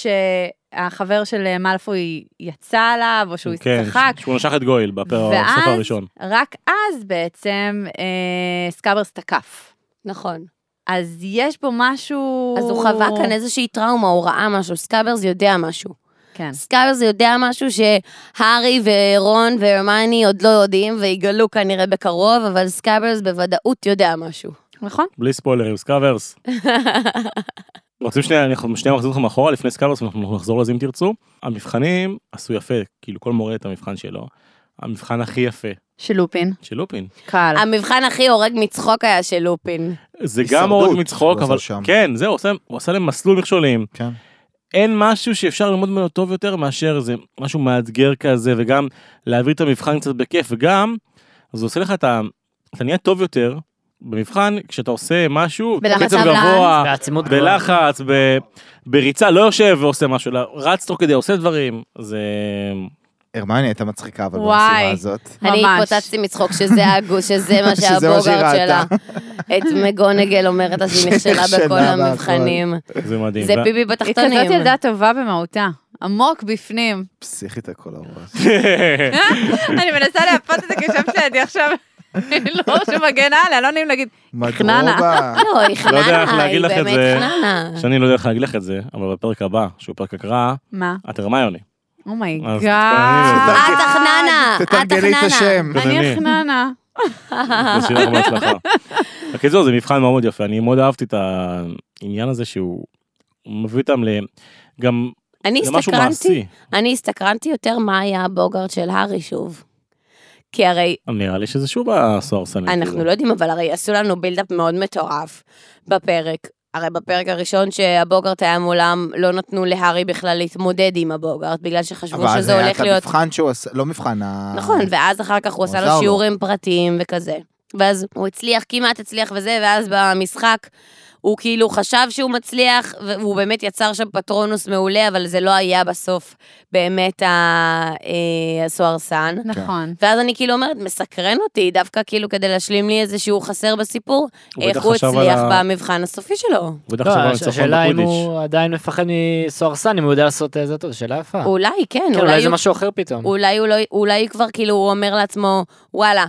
D: החבר של אה, מאלפוי יצא עליו, או שהוא
A: כן,
D: הצחק,
A: שהוא נשך את גויל בפרק
D: ואז-
A: הספר הראשון.
D: רק אז בעצם אה, סקאברס תקף.
B: נכון.
D: אז יש בו משהו...
B: אז הוא חווה כאן איזושהי טראומה, הוא ראה משהו, סקאברס יודע משהו.
D: כן.
B: סקאברס יודע משהו שהארי ורון והרמני עוד לא יודעים, ויגלו כנראה בקרוב, אבל סקאברס בוודאות יודע משהו.
D: נכון?
A: בלי ספוילרים, סקאברס. רוצים שנייה, אנחנו שנייה מחזירים אותך מאחורה לפני סקאברס, אנחנו נחזור לזה אם תרצו. המבחנים עשו יפה, כאילו כל מורה את המבחן שלו. המבחן הכי יפה
D: של לופין.
A: של לופין.
D: קל.
B: המבחן הכי הורג מצחוק היה של לופין.
A: זה גם
C: הישרדות,
A: הורג מצחוק,
C: הוא עשה
A: אבל...
C: שם.
A: כן, זהו, עושה- הוא עשה להם מסלול מכשולים.
C: כן.
A: אין משהו שאפשר ללמוד ממנו טוב יותר מאשר זה משהו מאתגר כזה, וגם להעביר את המבחן קצת בכיף, וגם, אז זה עושה לך את ה... אתה נהיה טוב יותר במבחן, כשאתה עושה משהו,
D: בלחץ
A: בקצב
D: סבלן.
A: גבוה,
E: בעצימות גבוהה.
A: בלחץ, ב... בריצה, לא יושב ועושה משהו, אלא רץ תוך כדי, עושה דברים, זה...
C: הרמני הייתה מצחיקה, אבל
D: וואי.
C: במשימה הזאת.
D: ממש.
B: אני התפוצצתי מצחוק שזה הגוש, שזה מה
C: שזה מה שהיא
B: שהבוגרד
C: ראתה.
B: שלה. את מגונגל אומרת לה שהיא נכשלה
C: שנכשלה
B: בכל
C: בהכל.
B: המבחנים.
A: זה מדהים.
B: זה
A: ו-
B: ביבי
D: היא כזאת
B: בתחתונים.
D: ילדה טובה במהותה. עמוק בפנים.
C: פסיכית הכל הרוע.
D: אני מנסה להפות את זה כשישבת לידי עכשיו. לא שמגן עליה, לא נעים להגיד.
C: מדרובה.
B: לא, היא
A: לא יודע איך
B: חננה,
A: להגיד
B: היא
A: לך את
B: באמת
A: זה.
B: חננה.
A: שאני לא יודע איך להגיד לך את זה, אבל בפרק הבא, שהוא פרק הקראה,
D: מה? Oh
A: את הרמיוני. אז
D: אומייגאד.
A: תתפלאי
B: את החננה, את החננה.
C: תתרגלי את השם.
D: אני החננה.
A: ושיהיה לך בהצלחה. בקיצור זה מבחן מאוד מאוד יפה אני מאוד אהבתי את העניין הזה שהוא מביא אותם ל- גם
B: אני
A: למשהו
B: הסתקרנתי,
A: מעשי
B: אני הסתקרנתי יותר מה היה הבוגרד של הארי שוב. כי הרי
A: נראה לי שזה שוב הסוהר כאילו. סנן.
B: אנחנו לא יודעים, אבל הרי עשו לנו בילדאפ מאוד מטורף בפרק. הרי בפרק הראשון שהבוגרט היה מולם, לא נתנו להארי בכלל להתמודד עם הבוגרט, בגלל שחשבו
C: אבל זה
B: שזה
C: היה
B: הולך
C: את
B: להיות...
C: המבחן שהוא עשה, לא מבחן ה...
B: נכון, ואז אחר כך הוא
C: הוא
B: עשה
C: עזר
B: לו
C: לו.
B: שיעורים פרטיים וכזה. ואז הוא הצליח, כמעט הצליח וזה, ואז במשחק הוא כאילו חשב שהוא מצליח, והוא באמת יצר שם פטרונוס מעולה, אבל זה לא היה בסוף באמת ה- אה, הסוהרסן.
A: כן.
D: נכון.
B: ואז אני כאילו אומרת, מסקרן אותי, דווקא כאילו כדי להשלים לי איזה שהוא חסר בסיפור,
A: הוא בטח
B: איך הוא
A: חשב על
B: הצליח
A: ה-
B: במבחן הסופי שלו.
A: בטח
E: לא,
A: שבא
E: הש-
A: לצופן
E: השאלה אם
A: בקודיש.
E: הוא עדיין מפחד מסוהרסן, אם הוא יודע לעשות אה, זה טוב, זו שאלה יפה.
B: אולי כן,
E: כן,
B: אולי
E: אולי זה
B: הוא-
E: משהו אחר פתאום.
B: אולי הוא לא, אולי כבר כאילו הוא אומר לעצמו, וואלה,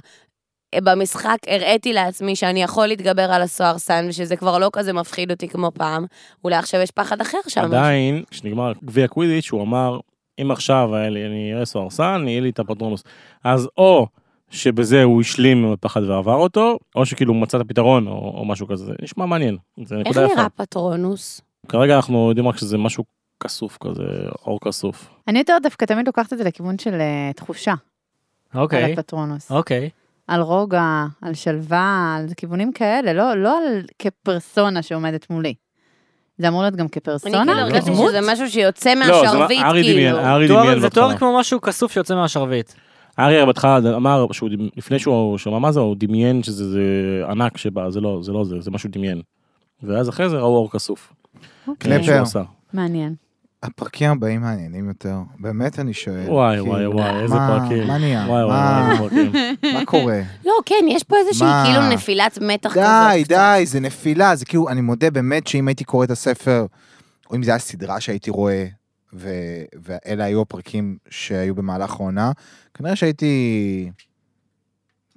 B: אה, במשחק הראיתי לעצמי שאני יכול להתגבר על הסוהר סן, ושזה כבר לא כזה מפחיד אותי כמו פעם, אולי עכשיו יש פחד אחר שם.
A: עדיין כשנגמר גביע קווידיץ' הוא אמר אם עכשיו היה לי- אני אראה סוהר סן יהיה לי את הפטרונוס אז או שבזה הוא השלים עם הפחד ועבר אותו או שכאילו הוא מצא את הפתרון או או משהו כזה זה נשמע מעניין זה
B: איך
A: נקודה יפה
B: נראה פטרונוס?
A: כרגע אנחנו יודעים רק שזה משהו כסוף כזה אור כסוף.
D: אני יותר דווקא תמיד לוקחת את זה לכיוון של אה, תחושה. על
E: אוקיי,
D: הפטרונוס.
E: אוקיי.
D: על רוגע, על שלווה, על כיוונים כאלה, לא, לא על כפרסונה שעומדת מולי. זה אמור להיות גם
B: אני כאילו
D: כפרסונה? לא.
B: הרגשתי
D: כדמות?
B: שזה משהו שיוצא
A: לא, זה מה-
B: מהשרביט,
A: ארי דמיין,
B: כאילו.
A: ארי
E: תואר-
A: דמיין
E: זה תואר
A: בהתחלה.
E: כמו משהו כסוף שיוצא מהשרביט.
A: ארי הרי בהתחלה אמר שהוא דמ- לפני שהוא שמע מה זה הוא דמיין שזה זה ענק שבא זה לא זה לא זה זה משהו דמיין. ואז אחרי זה ראו אור כסוף.
D: אוקיי.
A: שהוא
B: כן.
A: עשה.
D: מעניין.
C: הפרקים הבאים מעניינים יותר. באמת אני שואל.
A: וואי
C: כן, כי-
A: וואי וואי איזה
C: מה-
A: פרקים.
C: מה נהיה?
A: וואי וואי
C: מה-
A: איזה פרקים.
C: מה קורה?
B: לא, כן, יש פה איזושהי
C: מה?
B: כאילו נפילת מתח כזאת.
C: די,
B: קצת.
C: די, זה נפילה, זה כאילו, אני מודה באמת שאם הייתי קורא את הספר, או אם זה היה סדרה שהייתי רואה, ו- ואלה היו הפרקים שהיו במהלך העונה, כנראה שהייתי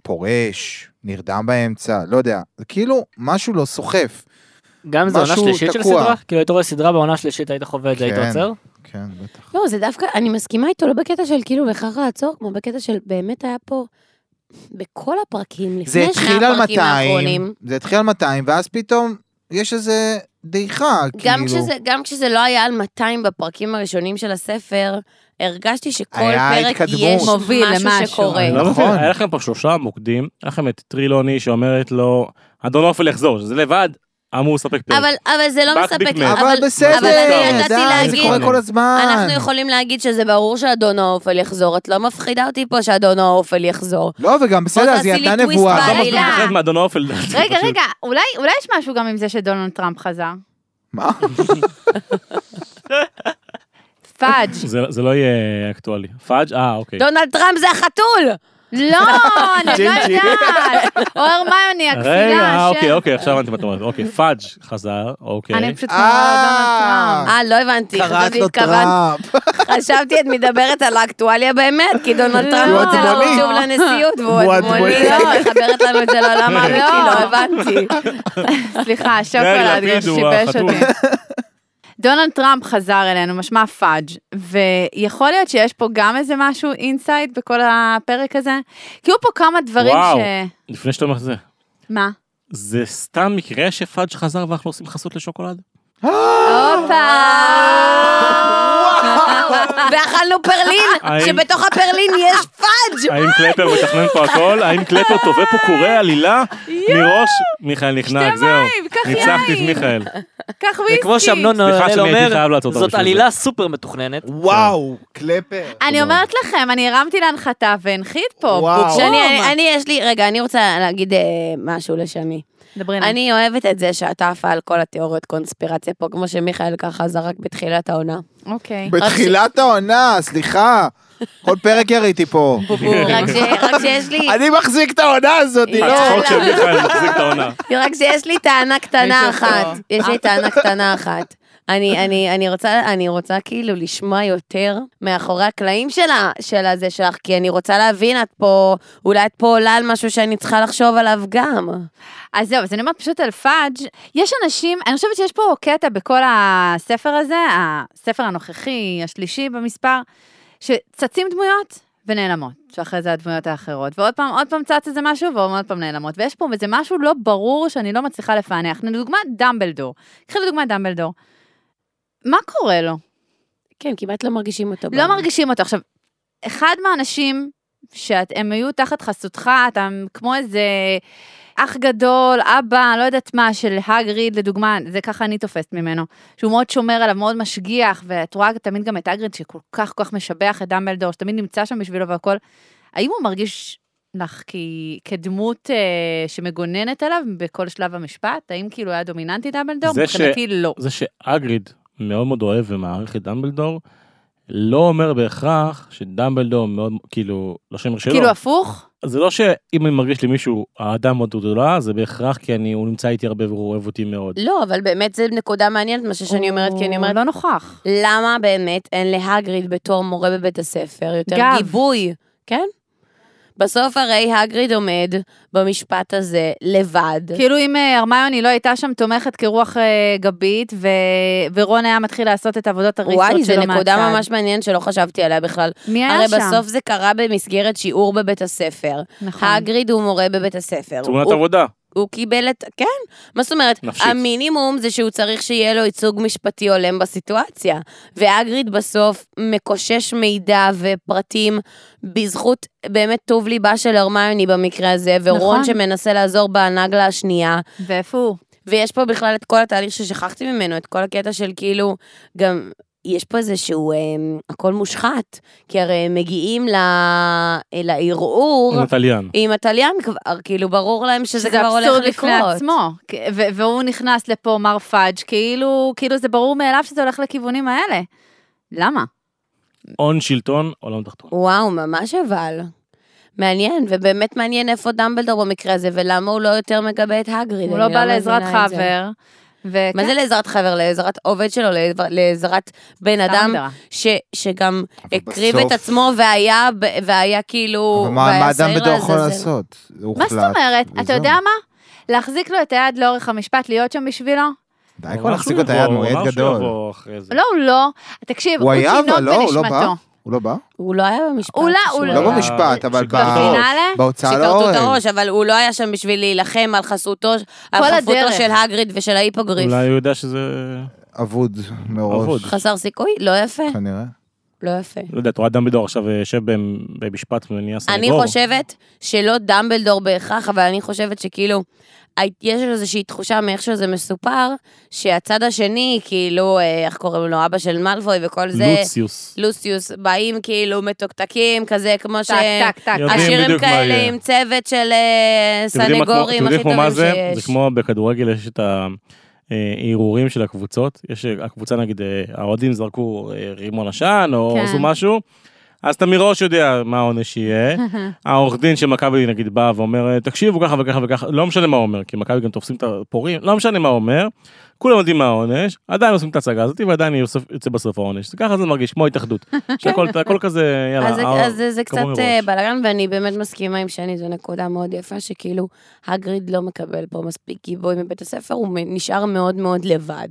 C: פורש, נרדם באמצע, לא יודע, זה כאילו משהו לא סוחף.
E: גם אם זה עונה
C: משהו
E: שלישית של
C: תקוע.
E: סדרה? כאילו היית רואה סדרה בעונה השלישית היית חווה את זה, היית
C: כן.
E: עוצר?
C: כן, בטח.
B: לא, זה דווקא, אני מסכימה איתו, לא בקטע של כאילו בהכרח לעצור, כמו בקטע של באמת היה פה, בכל הפרקים,
C: זה
B: לפני שני
C: התחיל על
B: הפרקים
C: 200,
B: האחרונים.
C: זה התחיל על 200, ואז פתאום יש איזה דעיכה,
B: גם,
C: כאילו.
B: כשזה, גם כשזה לא היה על 200 בפרקים הראשונים של הספר, הרגשתי שכל
C: היה
B: פרק
C: התקדמות.
B: יש
D: מוביל
B: משהו
D: למשהו.
B: שקורה.
A: אני לא
C: נכון.
A: מבין, היה לכם פה שלושה מוקדים היה לכם את טרילוני שאומרת לו אדון אופל יחזור שזה לבד אמור לספק פרק.
B: אבל, אבל זה לא
A: Back
B: מספק,
A: big man.
C: אבל בסדר,
B: אבל אני
C: די,
B: ידעתי
C: זה
B: להגיד,
C: קורה כל הזמן.
B: אנחנו יכולים להגיד שזה ברור שאדון האופל יחזור, את לא מפחידה אותי פה שאדון האופל יחזור.
C: לא, וגם בסדר, אז
B: תעשי
C: היא
B: לי
C: נתנה
B: טוויסט
C: נבואה.
A: לא מספיק
B: בעלילה.
A: מפחד מאדון אופל.
D: רגע, רגע, אולי, אולי יש משהו גם עם זה שדונלד טראמפ חזר?
C: מה?
D: פאג'.
A: זה זה לא יהיה אקטואלי. פאג' אה אוקיי.
B: דונלד טראמפ זה החתול!
D: לא, אני לא
C: ג'ינג'י.
D: יודעת. או הרמיוני,
A: רגע,
D: הכפילה,
A: אוקיי,
D: השם.
A: אוקיי, עכשיו הבנתי מה את אומרת. אוקיי, פאג' חזר,
D: אני
A: אוקיי.
D: פשוט
C: אה.
D: כמו דונלד טראמפ.
B: אה, לא הבנתי,
C: קראת
B: חשבתי
C: לו
B: התכוונת,
C: טראמפ.
B: חשבתי את מדברת על האקטואליה באמת, כי דונלד טראמפ
D: הוא
B: רוצה
C: עצבוני.
B: לרוץ שוב לנשיאות, והוא
C: הוא
B: עצמוני,
C: עצבוני.
B: לא, מחברת לנו את זה לעולם האמיתי, לא הבנתי.
D: סליחה,
A: יאיר
D: השוקולד גם
A: לפיד הוא
D: שיבש
A: החתול.
D: אותי. דונלד טראמפ חזר אלינו, משמע פאג', ויכול להיות שיש פה גם איזה משהו אינסייד בכל הפרק הזה. כי היו פה כמה דברים
A: וואו.
D: ש...
A: לפני שאתה אומר את זה,
D: מה?
A: זה סתם מקרה שפאג' חזר ואנחנו עושים חסות לשוקולד?
D: הופה!
B: ואכלנו פרלין,
A: האם-
B: שבתוך הפרלין יש פאג'.
A: האם קלפר מתכנן פה הכל? האם קלפר טובה פה קורי עלילה? מראש, מיכאל נחנק,
D: שתי
A: זהו.
D: מים, קח
A: ניצחתי את
D: יין.
A: מיכאל.
D: קח
E: זה
D: וויסקי.
E: כמו שאמנון
A: סליחה
E: הראל
A: שאני הייתי חייב
E: אומר,
A: לעצור אותך
E: זאת
A: בשביל
E: עלילה סופר מתוכננת.
C: וואו, קלפר.
D: אני אומרת לכם, אני הרמתי להנחתה והנחית פה.
C: וואו.
B: שאני, אני, אני יש לי, רגע, אני רוצה להגיד אה, משהו לשני.
D: דברי אליי.
B: אני אוהבת את זה שאתה עפה על כל התיאוריות קונספירציה פה, כמו שמיכאל ככה זרק בתחילת העונה.
D: אוקיי.
C: בתחילת העונה, סליחה. כל פרק יריתי פה.
B: רק ש- רק שיש לי...
C: אני מחזיק את העונה הזאת, היא לא...
B: אה,
A: הצחוק של מיכאל מחזיק את העונה.
B: רק שיש לי טענה קטנה
D: מישהו פה.
B: אחת. יש לי טענה קטנה אחת. אני, אני, אני, רוצה, אני רוצה כאילו לשמוע יותר מאחורי הקלעים שלה, של הזה שלך, כי אני רוצה להבין, את פה, אולי את פה עולה על משהו שאני צריכה לחשוב עליו גם.
D: אז זהו, אז אני אומרת פשוט על פאג', יש אנשים, אני חושבת שיש פה קטע בכל הספר הזה, הספר הנוכחי, השלישי במספר, שצצים דמויות ונעלמות, שאחרי זה הדמויות האחרות, ועוד פעם, עוד פעם צץ איזה משהו, ועוד פעם נעלמות, ויש פה איזה משהו לא ברור שאני לא מצליחה לפענח. לדוגמה, דמבלדור. קחי לדוגמה את דמבלדור. מה קורה לו?
B: כן, כמעט לא מרגישים אותו.
D: לא מרגישים אותו. עכשיו, אחד מהאנשים שהם היו תחת חסותך, אתה כמו איזה אח גדול, אבא, לא יודעת מה, של הגריד, לדוגמה, זה ככה אני תופסת ממנו, שהוא מאוד שומר עליו, מאוד משגיח, ואת רואה תמיד גם את הגריד שכל כך כל כך משבח את דמבלדור, שתמיד נמצא שם בשבילו והכל. האם הוא מרגיש לך כי, כדמות אה, שמגוננת עליו בכל שלב המשפט? האם כאילו היה דומיננטי דמבלדור?
A: זה ש-
D: מבחינתי לא.
A: זה שאגריד מאוד מאוד אוהב ומעריך את דמבלדור, לא אומר בהכרח שדמבלדור מאוד, כאילו, לא שאני אומר שלא.
D: כאילו הפוך?
A: זה לא שאם אני מרגיש למישהו, האדם מאוד גדולה, זה בהכרח כי אני, הוא נמצא איתי הרבה והוא אוהב אותי מאוד.
B: לא, אבל באמת זו נקודה מעניינת, מה שאני אומרת, כי אני
D: הוא
B: אומרת,
D: לא נוכח.
B: למה באמת אין להגריד בתור מורה בבית הספר יותר
D: גב.
B: גיבוי, כן? בסוף הרי הגריד עומד במשפט הזה לבד.
D: כאילו אם אה, הרמיוני לא הייתה שם תומכת כרוח אה, גבית, ו... ורון היה מתחיל לעשות את עבודות הריסות שלו מהצד.
B: וואי, זו נקודה ממש מעניינת שלא חשבתי עליה בכלל.
D: מי היה
B: הרי
D: שם?
B: בסוף זה קרה במסגרת שיעור בבית הספר.
D: נכון.
B: הגריד הוא מורה בבית הספר.
A: תאונת
B: הוא-
A: עבודה.
B: הוא קיבל את... כן, מה זאת אומרת?
A: נפשית.
B: המינימום זה שהוא צריך שיהיה לו ייצוג משפטי הולם בסיטואציה. ואגריד בסוף מקושש מידע ופרטים בזכות באמת טוב ליבה של הרמיוני במקרה הזה, ורון
D: נכון.
B: שמנסה לעזור בנגלה השנייה.
D: ואיפה הוא?
B: ויש פה בכלל את כל התהליך ששכחתי ממנו, את כל הקטע של כאילו, גם יש פה איזשהו, אה, הכל מושחת, כי הרי הם מגיעים ל, אה, לערעור.
A: נטליאן.
B: עם התליין כבר, כאילו ברור להם שזה כבר הולך
D: אבסורד
B: לקרות.
D: לפני עצמו. כ- ו- והוא נכנס לפה, מר פאג', כאילו, כאילו זה ברור מאליו שזה הולך לכיוונים האלה. למה?
A: הון שלטון, עולם תחתון.
B: וואו, ממש אבל. מעניין, ובאמת מעניין איפה דמבלדור במקרה הזה, ולמה הוא לא יותר מגבה את הגריד.
D: הוא
B: אני
D: לא בא לעזרת
B: מבינה את זה.
D: חבר. ו-
B: מה
D: כן,
B: זה לעזרת חבר? לעזרת עובד שלו, לעבר- לעזרת בן
D: סתם
B: אדם
D: הגדרה.
B: ש, שגם
C: אבל
B: הקריב
C: בסוף-
B: את עצמו והיה, ב- והיה כאילו...
C: אבל מה
B: והיה
C: מה אדם
B: שעיר
C: בדור יכול
B: לעזאזל.
C: לעשות? הוא
D: לא? מה זאת
C: הוחלט,
D: אומרת? אתה
C: וזהו.
D: יודע מה? להחזיק לו את היד לאורך המשפט, להיות שם בשבילו?
C: די כבר להחזיק אותה יד, הוא ילד גדול.
D: לא, הוא לא. תקשיב,
C: הוא
D: הוא
C: היה,
D: תינוק
C: אבל לא, הוא לא בא.
D: בנשמתו.
C: הוא לא בא?
B: הוא לא היה במשפט.
D: אולי-
B: שהוא
D: אולי-
B: היה.
C: לא במשפט, לא
A: שכבר
C: אבל ב-
A: הראש.
D: בפינאלה?
C: בהוצאה
B: שכרתו את
C: להורג.
B: הראש, אבל הוא לא היה שם בשביל להילחם על חסותו, על
D: כל
B: חפותו
D: הדרך.
B: של הגריד ושל ההיפוגריף.
A: אולי הוא יודע שזה...
C: אבוד
A: אבוד.
C: מראש,
B: חסר סיכוי? לא יפה,
C: כנראה.
B: לא יפה.
A: לא יודע, את רואה דמבלדור עכשיו יושב במ- במשפט ונהיה סנגור.
B: אני חושבת שלא דמבלדור בהכרח, אבל אני חושבת שכאילו, הי- יש איזושהי תחושה מאיך שזה מסופר, שהצד השני, כאילו, אה, איך קוראים לו, אבא של מלבוי וכל זה,
A: לוציוס.
B: לוסיוס, באים כאילו מתוקתקים, כזה כמו ש...
D: טק, טק, טק.
A: יודעים
B: עשירים
A: בדיוק מה
B: כאלה
A: יהיה.
B: עם צוות של אה,
A: אתם יודעים מה כמו-
B: סנגורים
A: אתם
B: הכי
A: יודעים כמו
B: טובים
A: מה זה? זה
B: שיש.
A: כמו בכדורגל יש את ה... אה, הערעורים של הקבוצות, יש אה, הקבוצה נגיד, אה, האוהדים זרקו אה, רימון עשן או
D: כן.
A: עשו משהו, אז אתה מראש יודע מה העונש יהיה. העורך דין של מכבי נגיד בא ואומר, "אה, תקשיבו ככה וככה וככה, לא משנה מה הוא אומר, כי מכבי גם תופסים את הפורעים, לא משנה מה הוא אומר, כולם יודעים מה העונש, עדיין עושים את ההצגה הזאת ועדיין יוסף- יוצא בסוף העונש. זה ככה זה מרגיש, כמו התאחדות. שהכל הכל כזה, יאללה.
B: אז,
A: אה,
B: אז זה, זה
A: כמוהו
B: קצת
A: מראש.
B: בלאגן, ואני באמת מסכימה עם שני, זו נקודה מאוד יפה, שכאילו, הגריד לא מקבל פה מספיק גיבוי מבית הספר, הוא מ- נשאר מאוד מאוד לבד.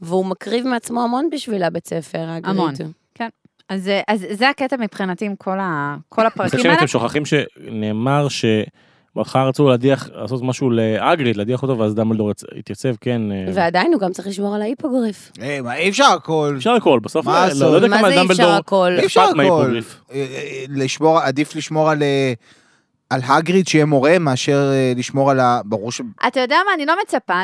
B: והוא מקריב מעצמו המון בשביל הבית ספר, הגריד.
F: המון.
A: כן.
F: אז, אה, אז זה הקטע מבחינתי עם כל, ה, כל
D: נכון,
A: מצד
F: הפרקים
A: שני
F: האלה.
A: אתם שוכחים שנאמר שמחר רצו להדיח, לעשות משהו לאגריד, להדיח אותו, ואז דמבלדור יצ- התייצב, כן. אה,
B: ועדיין הוא גם צריך לשמור על ההיפוגריף.
C: היי, אה, מה, אי אפשר הכל.
A: אפשר הכל, בסוף
C: מה
A: לא-
C: לעשות?
A: לא יודע
B: מה
A: כמה
B: זה אי אפשר
A: דמבלדור
B: הכל?
A: אכפת
C: אי אפשר הכל.
A: מההיפוגריף.
C: אה, אה, לשמור, עדיף לשמור על... אה, על הגריד שיהיה מורה מאשר אה, לשמור על ה... ברור ש...
D: אתה יודע מה, אני לא מצפה,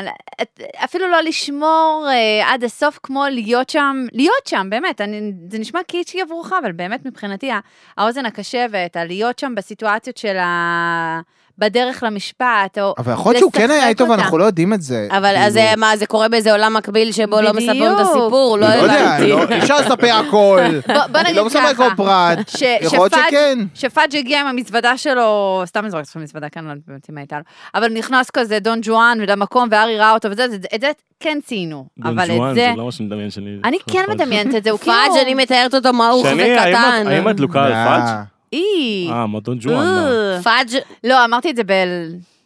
D: את- אפילו לא לשמור אה, עד הסוף כמו להיות שם, להיות שם, באמת, אני, זה נשמע קיצ'י עבורך, אבל באמת מבחינתי ה- האוזן הקשבת, הלהיות שם בסיטואציות של ה... בדרך למשפט, או...
C: אבל יכול להיות שהוא כן היה
D: לשחק
C: איתו
D: אותה.
C: ואנחנו לא יודעים את זה.
B: אבל אז
C: כאילו,
B: זה, מה, זה קורה באיזה עולם מקביל שבו לא מספרים את
D: בדיוק.
B: הסיפור? לא
C: אני לא יודע,
B: הבנתי.
C: לא- אי אפשר לספר הכל.
D: בוא, בוא
C: אני
D: נגיד
C: לא מספר
D: ככה,
C: כל פרט.
D: ש-
C: יכול להיות
D: שפאג'-
C: שכן.
D: שפאג' הגיע עם המזוודה שלו, סתם אני זורקת לך מזוודה כאן, לא יודעת באמת אם הייתה לו, אבל נכנס כזה דון ג'ואן למקום, והארי ראה אותו וזה, זה- את זה כן ציינו,
A: דון
D: אבל
A: ג'ואן,
D: את זה,
A: לא מה שאני מדמיין שאני...
D: אני כן
A: פאג'.
D: מדמיינת את זה, הוא כאילו...
B: פאג' אני מתארת אותו מעוך
A: שני, האם
B: וקטן.
A: את- האם את לוקה על פאג'?
C: אה,
D: אי.
A: אה, מה דון ג'ואן. מה.
D: אה.
B: לא, פאג',
D: לא, אמרתי את זה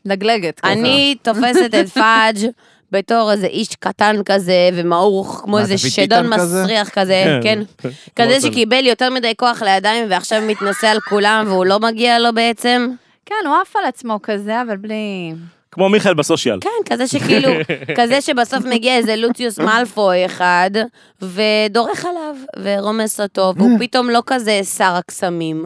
D: בלגלגת. ככה.
B: אני תופסת את פאג' בתור איזה איש קטן כזה ומעוך, כמו
C: מה,
B: איזה
C: דוד
B: שדון
C: ביטן כזה?
B: מסריח כזה, כן. כזה
A: כמו
B: שקיבל יותר מדי כוח לידיים ועכשיו מתנשא על כולם והוא לא מגיע לו בעצם.
D: כן, הוא עף על עצמו כזה, אבל בלי...
A: כמו מיכאל בסושיאל.
B: כן, כזה שכאילו, כזה שבסוף מגיע איזה לוציוס מאלפוי אחד ודורך עליו ורומס אותו,
C: אה.
B: והוא פתאום לא כזה שר הקסמים.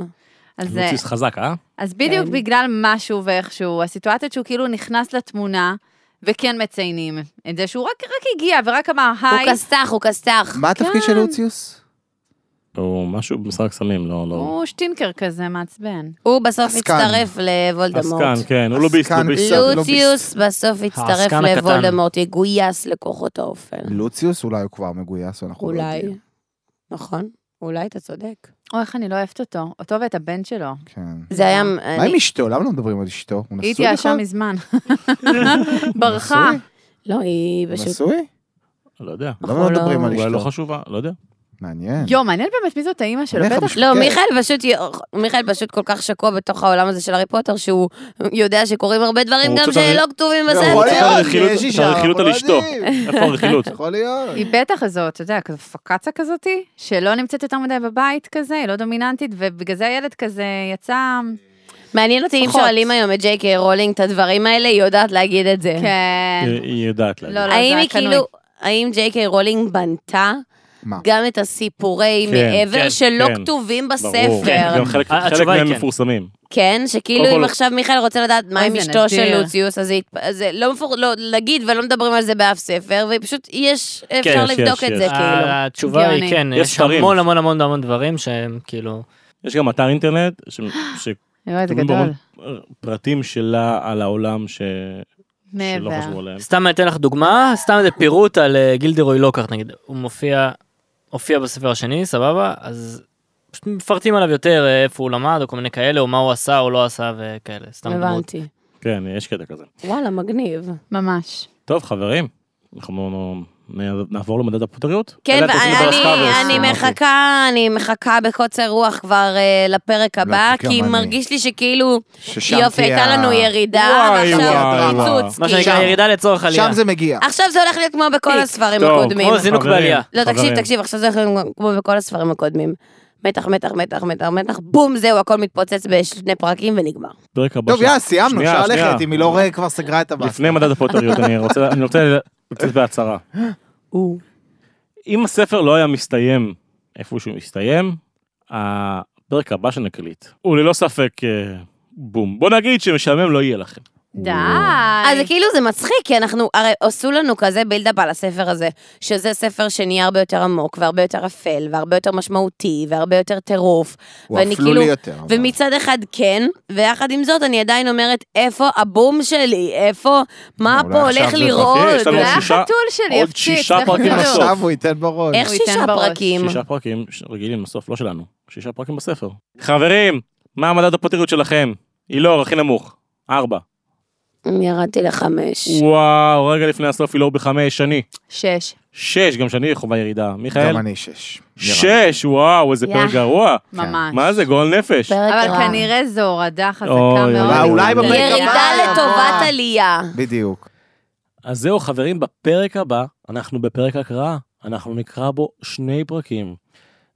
D: אז, זה-
A: לוציס חזק, אה?
D: אז
B: כן.
D: בדיוק בגלל משהו ואיכשהו, הסיטואציות שהוא כאילו נכנס לתמונה, וכן מציינים את זה שהוא רק, רק הגיע ורק אמר
B: הוא
D: היי.
B: כסת"ח, הוא כסת"ח. כן.
C: מה התפקיד של לוציוס?
A: הוא משהו במשחק סמים, לא... לא.
D: הוא שטינקר כזה מעצבן.
B: הוא בסוף
C: עסקן.
B: מצטרף לוולדמורט.
A: עסקן, כן, הוא לוביסט,
C: עסקן.
A: לוביסט.
C: לא,
B: לוציוס בסוף הצטרף
E: העסקן הקטן.
B: לוולדמורט, יגויס לכוחות האופל.
C: לא לוציוס אולי הוא כבר מגויס, אנחנו לא
B: אולי.
C: יודעים.
B: נכון, אולי אתה צודק.
D: או, איך אני לא אוהבת אותו. אותו ואת הבן שלו.
C: כן.
B: זה היה...
C: מה
B: אני-
C: עם אשתו? למה לא מדברים על אשתו? הוא
D: היא
C: נשוי
D: התייאשה
C: בכלל?
D: מזמן.
C: הוא
D: ברחה.
C: נשוי?
B: לא, היא
C: הוא
B: פשוט...
C: נשוי?
A: לא יודע.
C: למה לא
B: לא-
C: מדברים על
A: אולי לא
C: אשתו?
A: חשובה, לא יודע.
C: מעניין.
D: יו, מעניין באמת מי זאת האימא שלו.
C: אני אומר לך,
D: בטח
C: בשביל-
B: לא,
C: כן.
B: מיכאל פשוט, מיכאל פשוט כל כך שקוע בתוך העולם הזה של הארי פוטר, שהוא יודע שקורים הרבה דברים
A: הוא
B: גם
A: רוצה את
B: שלא
A: הרי-
B: כתובים
C: לא, יכול
A: הוא רוצה את
B: בספר.
C: להיות,
A: הרכילות-
C: יש
A: את
C: אישה,
A: הרכילות
C: אנחנו
A: על
C: לא
A: אשתו.
C: יודעים.
A: איפה הרכילות?
C: יכול להיות.
D: היא בטח איזו, אתה יודע, כזו פקצה כזאתי, שלא נמצאת יותר מדי בבית כזה, היא לא דומיננטית, ובגלל זה הילד כזה יצא...
B: מעניין אותי אם
D: פחות.
B: שואלים היום את ג'יי קיי רולינג את הדברים האלה, היא יודעת להגיד את זה.
D: כן.
A: היא- היא יודעת להגיד.
D: לא, לא,
B: האם
D: זה
B: היא
D: היה
B: כאילו,
D: קנוי.
B: האם ג'יי קיי רולינג בנתה
C: מה?
B: גם את הסיפורי
A: כן,
B: מעבר
E: כן,
B: שלא
A: כן.
B: כתובים
A: ברור.
B: בספר?
E: כן,
A: גם חלק
E: ה-
A: חלק
E: התשובה היא
A: מהם
E: כן.
A: מפורסמים.
B: כן, שכאילו
A: קודם
B: אם
A: כל-
B: עכשיו מיכאל רוצה לדעת מה עם
D: זה
B: אשתו של
D: נדיר.
B: לוציוס, אז היא התפ- זה לא מפור... לא, להגיד ולא מדברים על זה באף ספר, ופשוט יש, אפשר
A: כן, יש,
B: לבדוק
A: יש, אה,
B: את
A: יש.
B: זה כאילו.
E: התשובה היא
D: גאוני.
E: כן,
A: יש
E: יש
A: ספרים.
E: המון המון המון המון דברים שהם כאילו...
A: יש גם אתר אינטרנט, ש- שכתובים
D: יואי, זה
A: בו
D: גדול.
A: המון פרטים שלה על העולם ש- שלא
D: מעבר.
A: חשבו עליהם.
E: סתם אני אתן לך דוגמה, סתם איזה פירוט על אה, גילדרוי לוקארט נגיד, הוא מופיע, הופיע בספר השני, סבבה? אז פשוט מפרטים עליו יותר אה, איפה הוא למד או כל מיני כאלה, או מה הוא עשה או לא עשה וכאלה, סתם דמות.
B: הבנתי.
A: כן, יש קטע כזה.
B: וואלה, מגניב.
D: ממש.
A: טוב, חברים, אנחנו נ- נעבור למדד הפוטריות?
B: כן,
A: אלא אתם עושים
B: ואני
A: את הסקאברס,
B: אני
A: אמרתי.
B: מחכה, אני מחכה בקוצר רוח כבר אה, לפרק הבא,
C: גם
B: כי
C: אני.
B: מרגיש לי שכאילו,
C: ששם
B: יופי,
C: תהיה
B: הייתה
C: ה-
B: לנו ירידה,
A: וואי,
B: ועכשיו
A: וואי, וואי.
B: פיצוץ,
E: מה
B: כאילו.
E: שנקרא ירידה לצורך עלייה.
C: שם זה מגיע.
B: עכשיו זה הולך להיות כמו בכל הספרים
A: טוב,
B: הקודמים.
E: כמו זינוק
A: חברים,
E: בעלייה.
B: לא, תקשיב,
A: חברים.
B: תקשיב, עכשיו זה הולך להיות כמו בכל הספרים הקודמים. מתח, מתח, מתח, מתח, מתח, בום, זהו, הכל מתפוצץ בשני פרקים ונגמר.
A: פרק הבא
C: טוב,
A: של-
C: יאללה, סיימנו,
A: שנייה,
C: אפשר
A: שנייה.
C: ללכת, אם היא לא רואה, כבר סגרה את הבאס.
A: לפני מדד הפוטריות, אני רוצה אני רוצה לצאת בהצהרה. אם הספר לא היה מסתיים איפה שהוא מסתיים, הפרק הבא שנקליט הוא ללא ספק אה, בום. בוא נגיד שמשעמם לא יהיה לכם.
G: די.
B: אז זה כאילו זה מצחיק, כי אנחנו, הרי עשו לנו כזה בילדאפ על הספר הזה, שזה ספר שנהיה הרבה יותר עמוק, והרבה יותר אפל, והרבה יותר משמעותי, והרבה יותר טירוף.
C: הוא
B: ואני
C: אפלו
B: כאילו-
C: לי יותר. אבל.
B: ומצד אחד כן, ויחד עם זאת אני עדיין אומרת, איפה הבום שלי? איפה, מה
C: אולי
B: פה הולך
C: עכשיו זה
B: לראות? אה?
A: חכה, יש לנו
G: זה
A: עוד
G: היה
A: שישה-
G: חתול שלי,
A: עוד
G: הפציץ.
A: שישה
G: לך
A: פרקים
G: תדעו.
A: בסוף.
C: עכשיו הוא ייתן בראש.
B: איך
G: הוא ייתן
B: שישה
G: בראש.
B: פרקים?
A: שישה פרקים ש- רגילים בסוף, לא שלנו. שישה פרקים בספר. חברים, מה המדד הפוטריות שלכם? אילור, הכי נמוך. ארבע.
B: ירדתי לחמש.
A: וואו, רגע לפני הסוף אילור בחמש, שני.
G: שש.
B: כן.
A: שש, גם שני חווה ירידה. מיכאל?
C: גם אני שש. נראה
A: שש, וואו, איזה
B: יא.
A: פרק גרוע.
G: ממש.
A: מה זה, גועל נפש.
B: פרק
G: אבל
B: רע.
G: כנראה זו הורדה חזקה
A: אוי,
C: אולי-
G: מאוד.
C: אולי בפרק הבא
B: ירידה
C: יבוא.
B: לטובת עלייה.
C: לי. בדיוק.
A: אז זהו חברים, בפרק הבא, אנחנו בפרק הקראה, אנחנו נקרא בו שני פרקים,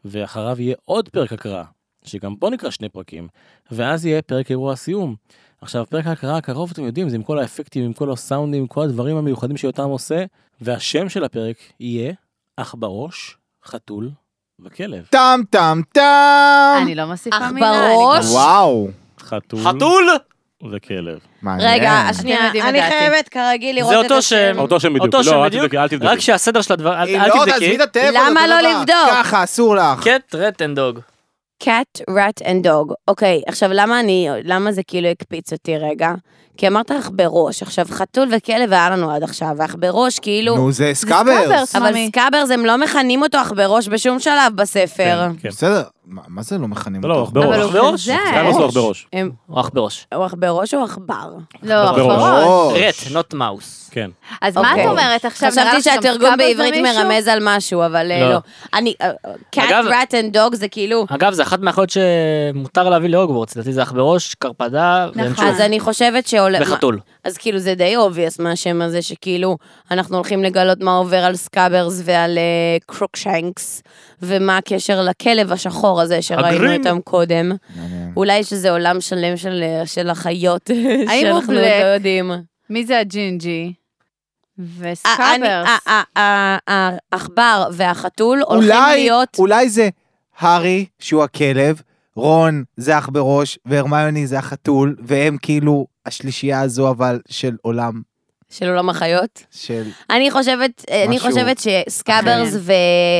A: ואחריו יהיה עוד פרק הקראה, שגם בו נקרא שני פרקים, ואז יהיה פרק אירוע הסיום. עכשיו, פרק ההקראה הקרוב, אתם יודעים, זה עם כל האפקטים, עם כל הסאונדים, עם כל הדברים המיוחדים שיותם עושה, והשם של הפרק יהיה אח בראש, חתול וכלב.
C: טם טם טם!
G: אני לא מוסיפה
B: אך
G: מילה.
B: בראש.
C: וואו.
A: חתול
E: חתול?
A: וכלב.
C: מעניין.
B: רגע,
G: אתם
B: שנייה,
G: יודעים
B: אני
G: את דעתי.
B: חייבת כרגיל לראות
E: זה
B: את
E: אותו שם.
A: אותו שם בדיוק,
E: אותו שם
A: לא, אל
E: בדיוק.
A: תבדקי, אל תבדקי.
E: רק שהסדר של הדבר, אל
C: היא
E: אל
C: לא,
E: תבדקי.
C: תעזבי את הטלפון.
B: למה
C: אותו
B: לא
C: דבר.
B: לבדוק?
C: ככה, אסור לך.
E: קט, רט אנד דוג.
B: cat, rat and dog. אוקיי, עכשיו למה אני, למה זה כאילו הקפיץ אותי רגע? כי אמרת אך בראש, עכשיו חתול וכלב היה לנו עד עכשיו, ואך בראש כאילו...
C: נו, זה סקאברס.
G: סקאברס.
B: אבל
G: מאמי.
B: סקאברס הם לא מכנים אותו אך בראש בשום שלב בספר.
A: כן, כן.
C: בסדר, מה מה זה לא מכנים
A: לא, לא,
C: אותו?
A: אך בראש.
G: אבל
E: אח כן. בראש?
G: הוא כזה.
A: סתם עשו לך בראש.
B: הם-
E: הוא אח בראש.
B: הוא אך בראש או עכבר?
G: לא, אך
A: בראש.
G: בראש.
E: רט, נוט מאוס.
A: כן.
G: אז מה
B: אוקיי.
G: את אומרת עכשיו? נראה
B: חשבתי
G: לך שגם
B: שהתרגום
G: סקאברס זה
B: בעברית
G: מישהו?
B: מרמז על משהו, אבל אה,
E: לא.
B: לא. אני, אה, cat,
E: אגב-
B: rat and dog זה כאילו...
E: אגב, זה אחת מהחיות שמותר להביא להוגוורטס, לדעתי זה אח בראש, קרפדה,
G: נכון.
E: ונצ'וף.
B: אז אני חושבת שעולה...
E: וחתול.
B: אז כאילו זה די אובייס מהשם הזה, שכאילו אנחנו הולכים לגלות מה עובר על סקאברס ועל uh, קרוקשנקס, ומה הקשר לכלב השחור הזה שראינו
E: הגרין.
B: אותם קודם.
C: מעניין.
B: אולי שזה עולם שלם של, אה, של החיות,
G: האם הוא
B: שאנחנו עוד
G: בלק?
B: לא יודעים.
G: מי זה הג'ינג'י?
B: ה- אה, אני-
G: וסקאברס.
B: ה- ה- ה- ה- אה, העכבר והחתול הולכים
C: אולי,
B: להיות...
C: אולי זה הארי שהוא הכלב, רון זה אח בראש, והרמיוני זה החתול, והם כאילו השלישייה הזו אבל של עולם
B: של עולם החיות.
C: של...
B: אני חושבת, אה, אני
C: משהו.
B: חושבת שסקאברס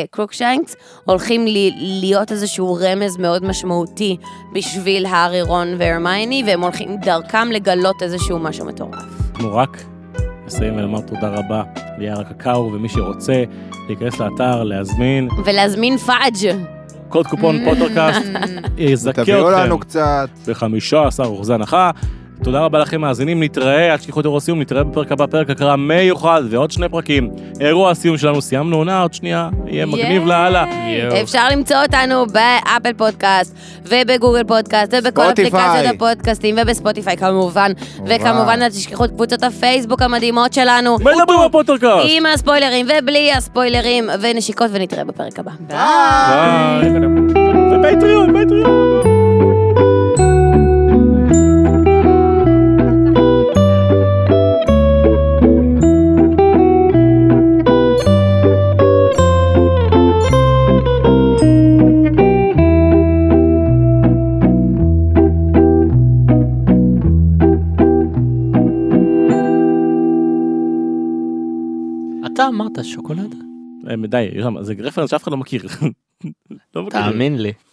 B: וקרוקשיינקס הולכים לי- להיות איזשהו רמז מאוד משמעותי בשביל הארי, רון והרמייני, והם הולכים דרכם לגלות איזשהו משהו מטורף.
A: אנחנו רק נסיים ולומר תודה רבה ליער הקקאו, ומי שרוצה להיכנס לאתר, להזמין
B: ולהזמין פאג'.
A: קוד קופון פוטרקאסט, יזכה
C: תביאו
A: אתכם
C: לנו קצת.
A: ב-15 אחוזי הנחה. תודה רבה לכם מאזינים, נתראה, אל תשכחו את אירוע הסיום, נתראה בפרק הבא, פרק הקראה מיוחד ועוד שני פרקים. אירוע הסיום שלנו, סיימנו עונה, עוד שנייה, יהיה מגניב
G: ייי.
A: לאללה.
B: אפשר למצוא אותנו באפל פודקאסט, ובגוגל פודקאסט, ובכל
C: ספוטיפיי.
B: אפליקציות הפודקאסטים, ובספוטיפיי כמובן. וכמובן, אל תשכחו את קבוצות הפייסבוק המדהימות שלנו,
A: מדברים בפוטרקאסט!
B: עם הספוילרים ובלי הספוילרים, ונשיקות, ונתראה בפרק הבא. אה!
A: ביי! בפטריון, בפטריון!
E: אתה אמרת שוקולד?
A: אה, די, יותם, זה רפרנס שאף אחד לא מכיר. לא מכיר.
E: תאמין לי.